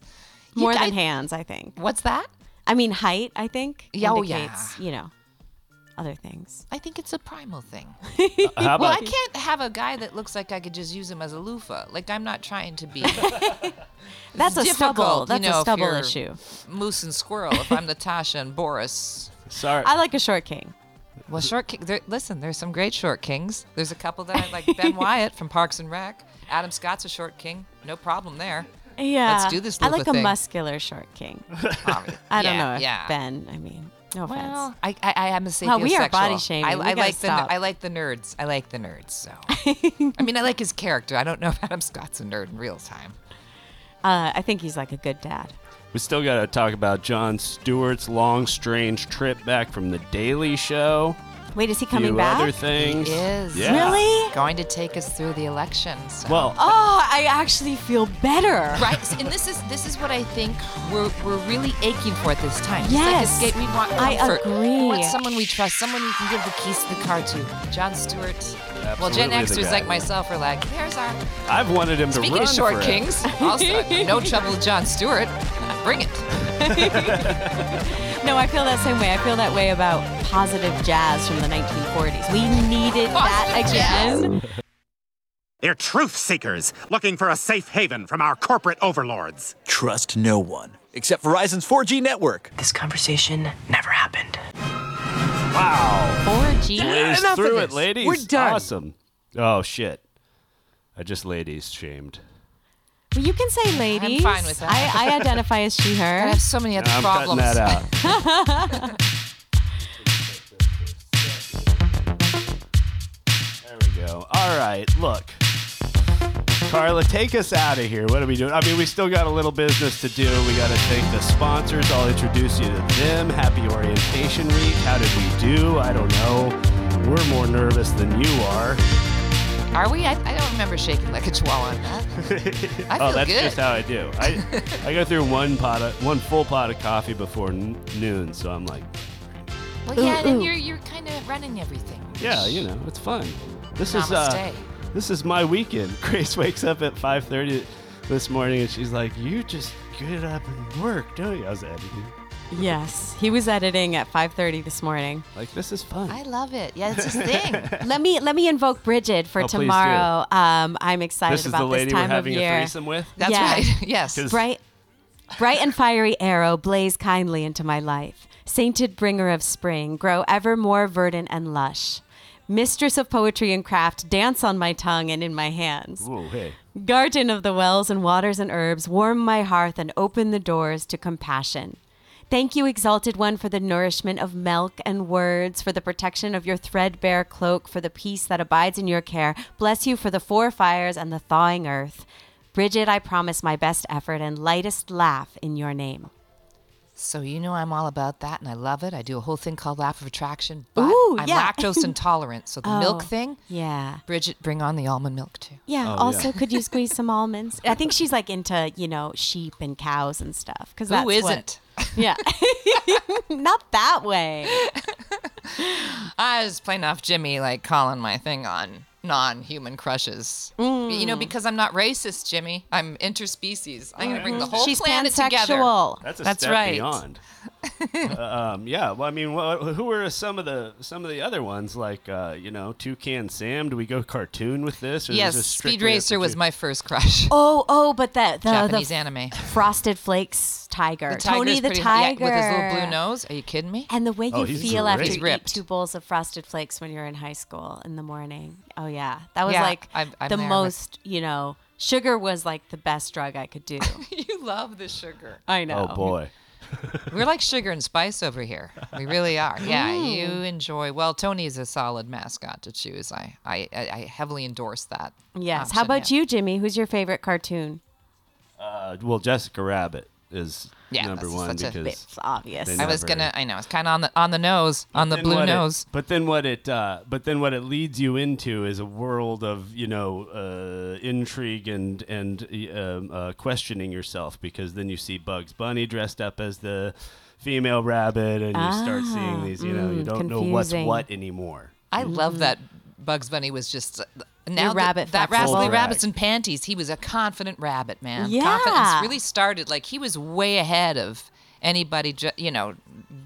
Speaker 6: You
Speaker 3: more
Speaker 6: guys-
Speaker 3: than hands, I think.
Speaker 6: What's that?
Speaker 3: I mean, height. I think.
Speaker 6: Yeah, oh, yeah.
Speaker 3: indicates, You know, other things.
Speaker 6: I think it's a primal thing.
Speaker 3: how
Speaker 6: well,
Speaker 3: about-
Speaker 6: I can't have a guy that looks like I could just use him as a loofah. Like I'm not trying to be.
Speaker 3: That's a
Speaker 6: It's
Speaker 3: stubble.
Speaker 6: difficult,
Speaker 3: That's
Speaker 6: you
Speaker 3: a
Speaker 6: know, if
Speaker 3: stubble
Speaker 6: you're
Speaker 3: issue.
Speaker 6: Moose and squirrel. If I'm Natasha and Boris.
Speaker 8: Sorry.
Speaker 3: I like a short king.
Speaker 6: Well, short king. There, listen, there's some great short kings. There's a couple that I like. Ben Wyatt from Parks and Rec. Adam Scott's a short king. No problem there.
Speaker 3: Yeah.
Speaker 6: Let's do this.
Speaker 3: I like
Speaker 6: loofah
Speaker 3: a
Speaker 6: thing.
Speaker 3: muscular short king. I don't
Speaker 6: Yeah,
Speaker 3: know if
Speaker 6: yeah.
Speaker 3: Ben. I mean, no offense.
Speaker 6: Well, I, I, I am a sapiosexual.
Speaker 3: Wow, we are body shaming.
Speaker 6: I,
Speaker 3: We
Speaker 6: I
Speaker 3: gotta
Speaker 6: like
Speaker 3: stop.
Speaker 6: the I like the nerds. I like the nerds. So, I mean, I like his character. I don't know if Adam Scott's a nerd in real time.
Speaker 3: Uh, I think he's like a good dad.
Speaker 8: We still got to talk about John Stewart's long, strange trip back from the Daily Show.
Speaker 3: Wait, is he coming
Speaker 8: few
Speaker 3: back?
Speaker 8: Other things.
Speaker 6: He is.
Speaker 8: Yeah.
Speaker 3: Really?
Speaker 6: Going to take us through the elections.
Speaker 8: Well,
Speaker 3: Oh, I actually feel better.
Speaker 6: Right, and this is this is what I think we're, we're really aching for at this time. Just
Speaker 3: Yes.
Speaker 6: like escape, we want
Speaker 3: I
Speaker 6: comfort. We want
Speaker 3: agree.
Speaker 6: someone we trust, someone we can give the keys to the car to. John Stewart. well, Gen Xers
Speaker 8: Absolutely the guy.
Speaker 6: like myself are like, there's our.
Speaker 8: I've wanted him to
Speaker 6: Speaking
Speaker 8: run
Speaker 6: of short
Speaker 8: for it.
Speaker 6: kings, also no trouble with John Stewart. Bring it.
Speaker 3: No, I feel that same way. I feel that way about positive jazz from the 1940s. We needed that again.
Speaker 7: They're truth seekers looking for a safe haven from our corporate overlords.
Speaker 2: Trust no one except Verizon's 4G network. This conversation never happened.
Speaker 8: Wow.
Speaker 3: 4G.
Speaker 8: Blaze
Speaker 2: Enough of
Speaker 8: through it,
Speaker 2: this.
Speaker 8: ladies.
Speaker 2: We're done.
Speaker 8: Awesome. Oh shit. I just ladies shamed.
Speaker 3: Well, you can say ladies.
Speaker 6: fine with that.
Speaker 3: I, I identify as she, her. I
Speaker 6: have so many
Speaker 8: No, I'm cutting that out. There we go. All right. Look. Carla, take us out of here. What are we doing? I mean, we still got a little business to do. We got to thank the sponsors. I'll introduce you to them. Happy Orientation Week. How did we do? I don't know. We're more nervous than you are.
Speaker 6: Are we? I, I don't remember shaking like a chihuahua on that. I
Speaker 8: oh,
Speaker 6: feel
Speaker 8: that's
Speaker 6: good.
Speaker 8: just how I do. I I go through one pot of one full pot of coffee before n- noon, so I'm like,
Speaker 6: well,
Speaker 8: Ooh,
Speaker 6: yeah, and then
Speaker 8: ooh.
Speaker 6: you're you're kind of running everything.
Speaker 8: yeah, you know, it's fun. This is
Speaker 6: Namaste.
Speaker 8: uh, this is my weekend. Grace wakes up at 5:30 this morning, and she's like, "You just get up and work, don't you?" I was editing.
Speaker 3: Yes, he was editing at 5:30 this morning.
Speaker 8: Like this is fun.
Speaker 6: I love it. Yeah, it's his thing.
Speaker 3: let me let me invoke Bridget for
Speaker 8: Oh, please do.
Speaker 3: tomorrow. Um, I'm excited
Speaker 8: This is
Speaker 3: about
Speaker 8: the lady
Speaker 3: this
Speaker 8: we're
Speaker 3: time
Speaker 8: having
Speaker 3: of
Speaker 8: a
Speaker 3: year.
Speaker 8: threesome with?
Speaker 6: That's
Speaker 3: Yeah.
Speaker 6: right. Yes. 'Cause-
Speaker 3: Bright, bright and fiery arrow blaze kindly into my life. Sainted bringer of spring, grow ever more verdant and lush. Mistress of poetry and craft, dance on my tongue and in my hands.
Speaker 8: Whoa, hey.
Speaker 3: Garden of the wells and waters and herbs, warm my hearth and open the doors to compassion. Thank you, exalted one, for the nourishment of milk and words, for the protection of your threadbare cloak, for the peace that abides in your care. Bless you for the four fires and the thawing earth. Bridget, I promise my best effort and lightest laugh in your name.
Speaker 6: So you know I'm all about that, and I love it. I do a whole thing called Laugh of Attraction, but
Speaker 3: Ooh,
Speaker 6: I'm
Speaker 3: yeah.
Speaker 6: lactose intolerant, so the milk
Speaker 3: Oh,
Speaker 6: thing.
Speaker 3: Yeah.
Speaker 6: Bridget, bring on the almond milk too.
Speaker 3: Yeah. also, could you squeeze some almonds? I think she's like into, you know, sheep and cows and stuff. Because
Speaker 6: Who
Speaker 3: that's what-
Speaker 6: isn't?
Speaker 3: yeah. Not that way.
Speaker 6: I was playing off Jimmy, like calling my thing on non-human crushes. You know,
Speaker 3: Mm.
Speaker 6: because I'm not racist, Jimmy. I'm interspecies. I'm gonna bring the
Speaker 3: Mhm.
Speaker 6: whole
Speaker 3: She's
Speaker 6: planet together.
Speaker 3: pansexual.
Speaker 8: That's a
Speaker 6: That's
Speaker 8: step
Speaker 6: right.
Speaker 8: beyond. Uh, um, yeah, well, I mean, wha who are some of the some of the other ones like uh, you know Toucan Sam? Do we go cartoon with this? Or is
Speaker 6: Yes,
Speaker 8: this
Speaker 6: Speed
Speaker 8: strictly a
Speaker 6: Racer was
Speaker 8: cartoon?
Speaker 6: my first crush.
Speaker 3: Oh, oh, but the, the
Speaker 6: Japanese
Speaker 3: the
Speaker 6: anime.
Speaker 3: Frosted Flakes tiger.
Speaker 6: The tiger's
Speaker 3: Tony the
Speaker 6: pretty- yeah,
Speaker 3: tiger.
Speaker 6: with his little blue nose. Are you kidding me?
Speaker 3: And the way you
Speaker 6: Oh, he's
Speaker 3: feel
Speaker 6: great.
Speaker 3: after
Speaker 6: He's
Speaker 3: you eat
Speaker 6: ripped.
Speaker 3: two bowls of Frosted Flakes when you're in high school in the morning. Oh, yeah. That was
Speaker 6: Yeah,
Speaker 3: like
Speaker 6: I'm- I'm
Speaker 3: the
Speaker 6: there with-
Speaker 3: most, you know, sugar was like the best drug I could do.
Speaker 6: you love the sugar.
Speaker 3: I know.
Speaker 8: Oh boy.
Speaker 6: We're like sugar and spice over here. We really are. Yeah,
Speaker 3: Mm.
Speaker 6: you enjoy. Well, Tony is a solid mascot to choose. I I, I I heavily endorse that.
Speaker 3: Yes. How about you, Jimmy? Who's your favorite cartoon?
Speaker 8: Uh, well, Jessica Rabbit is
Speaker 6: Yeah,
Speaker 8: number
Speaker 6: that's-
Speaker 8: one
Speaker 6: that's a-
Speaker 8: because
Speaker 6: It's
Speaker 3: obvious.
Speaker 8: they
Speaker 6: I was
Speaker 8: never-
Speaker 6: gonna. I know it's kind of on the on the nose, on the
Speaker 8: Then
Speaker 6: blue
Speaker 8: what it-
Speaker 6: nose.
Speaker 8: but then what it uh, but then what it leads you into is a world of you know uh, intrigue and and y- um, uh, questioning yourself because then you see Bugs Bunny dressed up as the female rabbit and you start
Speaker 6: Ah,
Speaker 8: seeing these you know you
Speaker 6: mm,
Speaker 8: don't know what's
Speaker 6: confusing.
Speaker 8: what anymore.
Speaker 6: I love
Speaker 8: Mhm.
Speaker 6: that Bugs Bunny was just uh, now
Speaker 3: Mm. Your
Speaker 6: that-
Speaker 3: rabbit
Speaker 6: that
Speaker 3: flexible.
Speaker 6: raspy
Speaker 8: Full
Speaker 6: rabbits
Speaker 8: drag.
Speaker 6: and panties. He was a confident rabbit, man.
Speaker 3: Yeah.
Speaker 6: confidence really started like he was way ahead of anybody. ju- You know,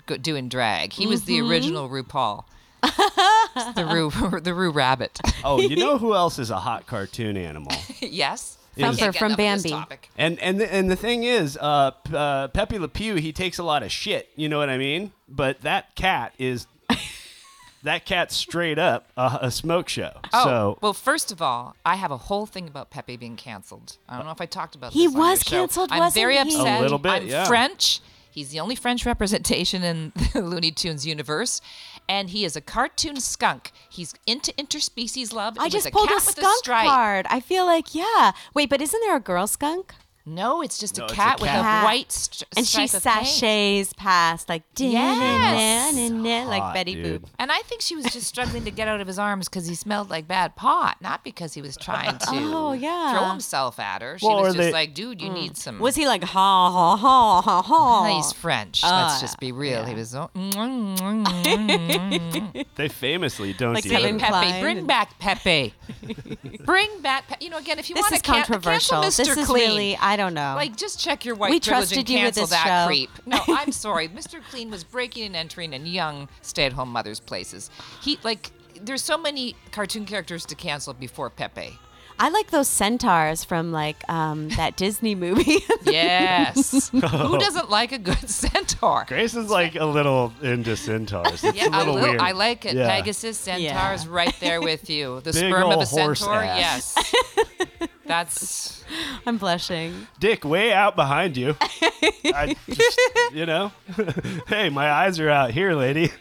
Speaker 6: go- doing drag. He was the
Speaker 3: Mm-hmm.
Speaker 8: Mhm.
Speaker 6: original RuPaul. the Rue the Rue Rabbit.
Speaker 8: oh, you know who else is a hot cartoon animal?
Speaker 6: yes.
Speaker 8: Is- Thumper
Speaker 6: Can't get
Speaker 8: from
Speaker 6: enough of this
Speaker 8: Bambi.
Speaker 6: topic.
Speaker 8: And and the, and the thing is, uh, P- uh, Pepe Le Pew, he takes a lot of shit. You know what I mean? But that cat is that cat's straight up a, a smoke show.
Speaker 6: Oh
Speaker 8: so
Speaker 6: well, first of all, I have a whole thing about Pepe being canceled. I don't know if I talked about.
Speaker 3: He
Speaker 6: this on your
Speaker 3: was
Speaker 6: show.
Speaker 3: canceled,
Speaker 6: I'm
Speaker 3: wasn't
Speaker 6: very
Speaker 3: he? A
Speaker 6: upset.
Speaker 8: little bit,
Speaker 6: I'm
Speaker 8: yeah.
Speaker 6: French. He's the only French representation in the Looney Tunes universe, and he is a cartoon skunk. He's into interspecies love.
Speaker 3: I
Speaker 6: It was
Speaker 3: just
Speaker 6: a
Speaker 3: pulled
Speaker 6: cat
Speaker 3: a
Speaker 6: with
Speaker 3: skunk
Speaker 6: stripe.
Speaker 3: card. I feel like, yeah. Wait, but isn't there a girl skunk?
Speaker 6: No, it's just
Speaker 3: No,
Speaker 6: a
Speaker 3: it's a
Speaker 6: cat with
Speaker 3: cat.
Speaker 6: a white st-
Speaker 3: and she
Speaker 6: stripe of paint.
Speaker 3: sashays past like
Speaker 6: Yes.
Speaker 3: "Da-na-na-na-na," like Betty Boop.
Speaker 6: And I think she was just struggling to get out of his arms because he smelled like bad pot, not because he was trying to
Speaker 3: Oh, yeah.
Speaker 6: throw himself at her. She
Speaker 3: Well,
Speaker 6: was
Speaker 3: or
Speaker 6: just
Speaker 3: they-
Speaker 6: like, dude, you need some.
Speaker 3: Was he like ha ha ha ha ha?
Speaker 6: He's French.
Speaker 3: Ah.
Speaker 6: Let's just be real. He was. all- "Mm,
Speaker 8: They famously don't
Speaker 6: like
Speaker 8: do
Speaker 6: Pepe,
Speaker 8: that.
Speaker 6: Pepe. Bring back Pepe. Bring back. Pe- you know, again, if you
Speaker 3: This
Speaker 6: want
Speaker 3: is
Speaker 6: to can-
Speaker 3: controversial.
Speaker 6: cancel Mr.
Speaker 3: This is
Speaker 6: Clean,
Speaker 3: really- I don't know.
Speaker 6: Like, just check your white
Speaker 3: We
Speaker 6: privilege
Speaker 3: trusted
Speaker 6: and
Speaker 3: you with
Speaker 6: cancel
Speaker 3: this
Speaker 6: that
Speaker 3: show.
Speaker 6: creep. No, I'm sorry. Mr. Clean was breaking and entering in young stay-at-home mothers' places. He like, there's so many cartoon characters to cancel before Pepe.
Speaker 3: I like those centaurs from like um, that Disney movie.
Speaker 6: Yes. Who doesn't like a good centaur?
Speaker 8: Grayson's like a little into centaurs. It's
Speaker 6: yeah,
Speaker 8: a little
Speaker 6: I, will.
Speaker 8: weird.
Speaker 6: I like it.
Speaker 8: Yeah.
Speaker 6: Pegasus centaurs right there with you. The
Speaker 8: Big
Speaker 6: sperm of
Speaker 8: ol'
Speaker 6: a
Speaker 8: horse
Speaker 6: centaur.
Speaker 8: ass.
Speaker 6: Yes. That's
Speaker 3: I'm blushing.
Speaker 8: Dick way out behind you. I just, you know, hey, my eyes are out here, lady.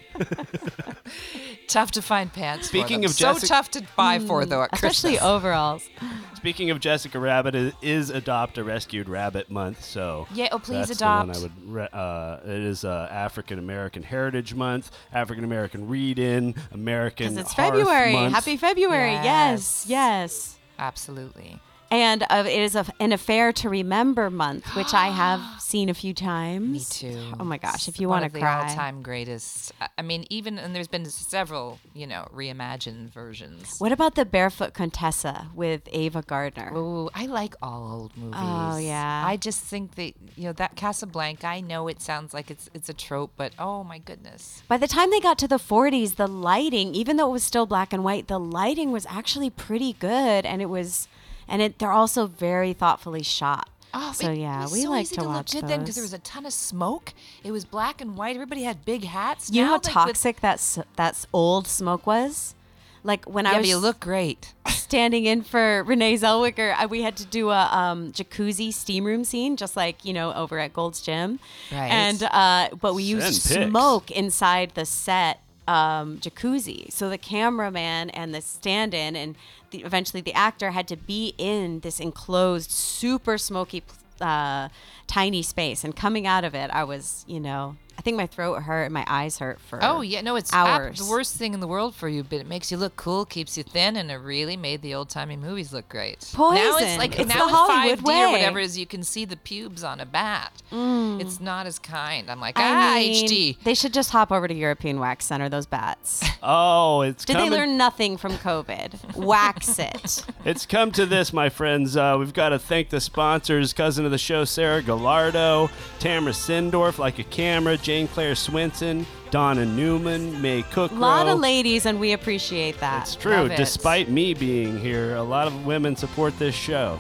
Speaker 6: tough to find pants. for
Speaker 8: Speaking
Speaker 6: them.
Speaker 8: of
Speaker 6: so
Speaker 8: Jessica-
Speaker 6: tough to buy for though, at
Speaker 3: Mm, especially
Speaker 6: Christmas.
Speaker 3: overalls.
Speaker 8: Speaking of Jessica Rabbit, it is Adopt a Rescued Rabbit Month, so
Speaker 6: Yeah, oh, please
Speaker 8: that's The one I
Speaker 6: adopt.
Speaker 8: would. Re- uh, it is uh, African American Heritage Month, African American Read In, American.
Speaker 3: It's
Speaker 8: Hearth
Speaker 3: February.
Speaker 8: Month.
Speaker 3: Happy February. Yes. Yes.
Speaker 6: Absolutely.
Speaker 3: And uh, it is a, an affair to remember month, which I have seen a few times.
Speaker 6: Me too.
Speaker 3: Oh my gosh! If
Speaker 6: It's
Speaker 3: you
Speaker 6: one
Speaker 3: want
Speaker 6: of
Speaker 3: to
Speaker 6: the
Speaker 3: cry,
Speaker 6: all-time greatest. I- I mean, even and there's been several, you know, reimagined versions.
Speaker 3: what about the Barefoot Contessa with Ava Gardner?
Speaker 6: Ooh, I like all old movies.
Speaker 3: Oh yeah.
Speaker 6: I just think that you know that Casablanca. I know it sounds like it's it's a trope, but oh my goodness.
Speaker 3: By the time they got to the 40s, the lighting, even though it was still black and white, the lighting was actually pretty good, and it was, and it they're also very thoughtfully shot.
Speaker 6: Oh,
Speaker 3: so
Speaker 6: it- it
Speaker 3: yeah,
Speaker 6: was
Speaker 3: we
Speaker 6: so
Speaker 3: like
Speaker 6: easy
Speaker 3: to,
Speaker 6: to
Speaker 3: watch
Speaker 6: look good
Speaker 3: those.
Speaker 6: then because there was a ton of smoke. It was black and white. Everybody had big hats.
Speaker 3: you know
Speaker 6: now,
Speaker 3: how
Speaker 6: like, with-
Speaker 3: toxic that s- that s- old smoke was. Like when
Speaker 6: Yeah,
Speaker 3: I
Speaker 6: but
Speaker 3: was,
Speaker 6: you look great.
Speaker 3: standing in for Renee Zellweger. I, we had to do a um, jacuzzi steam room scene, just like you know over at Gold's Gym.
Speaker 6: Right.
Speaker 3: And uh, but we used
Speaker 6: Send pics.
Speaker 3: smoke inside the set um, jacuzzi, so the cameraman and the stand-in and the, eventually the actor had to be in this enclosed, super smoky. Uh, tiny space and coming out of it, I was, you know, I think my throat hurt and my eyes hurt for
Speaker 6: Oh yeah, no, it's ab-
Speaker 3: hours.
Speaker 6: the worst thing in the world for you, but it makes you look cool, keeps you thin, and it really made the old timey movies look great. Now it's
Speaker 3: Poison.
Speaker 6: like
Speaker 3: It's
Speaker 6: now
Speaker 3: the Hollywood
Speaker 6: 5D or
Speaker 3: way. Mm.
Speaker 6: whatever it is you can see the pubes on a bat. It's not as kind. I'm like ah
Speaker 3: I mean,
Speaker 6: HD.
Speaker 3: They should just hop over to European Wax Center, those bats.
Speaker 8: Oh, it's
Speaker 3: Did
Speaker 8: coming.
Speaker 3: they learn nothing from COVID? Wax it.
Speaker 8: It's come to this, my friends. Uh, we've got to thank the sponsors, cousin of the show, Sarah Gallardo, Tamara Sindorf, Like a Camera, Jane Claire Swinson, Donna Newman, May Cook.
Speaker 3: A lot of ladies, and we appreciate that.
Speaker 8: It's true. Despite me being here, a lot of women support this show.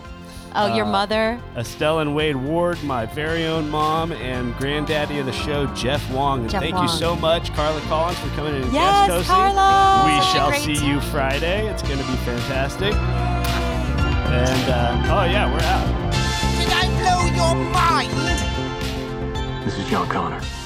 Speaker 3: Oh,
Speaker 8: Uh,
Speaker 3: your mother?
Speaker 8: Estelle and Wade Ward, my very own mom, and granddaddy of the show, Jeff Wong. And
Speaker 3: Jeff
Speaker 8: thank
Speaker 3: Wong.
Speaker 8: you so much, Carla Collins, for coming in and
Speaker 3: Yes,
Speaker 8: guest hosting.
Speaker 3: Carla!
Speaker 8: We
Speaker 3: Such a
Speaker 8: shall
Speaker 3: great
Speaker 8: see you Friday. It's going to be fantastic. And uh, oh yeah, we're out.
Speaker 20: Did I blow your mind?
Speaker 14: This is John Connor.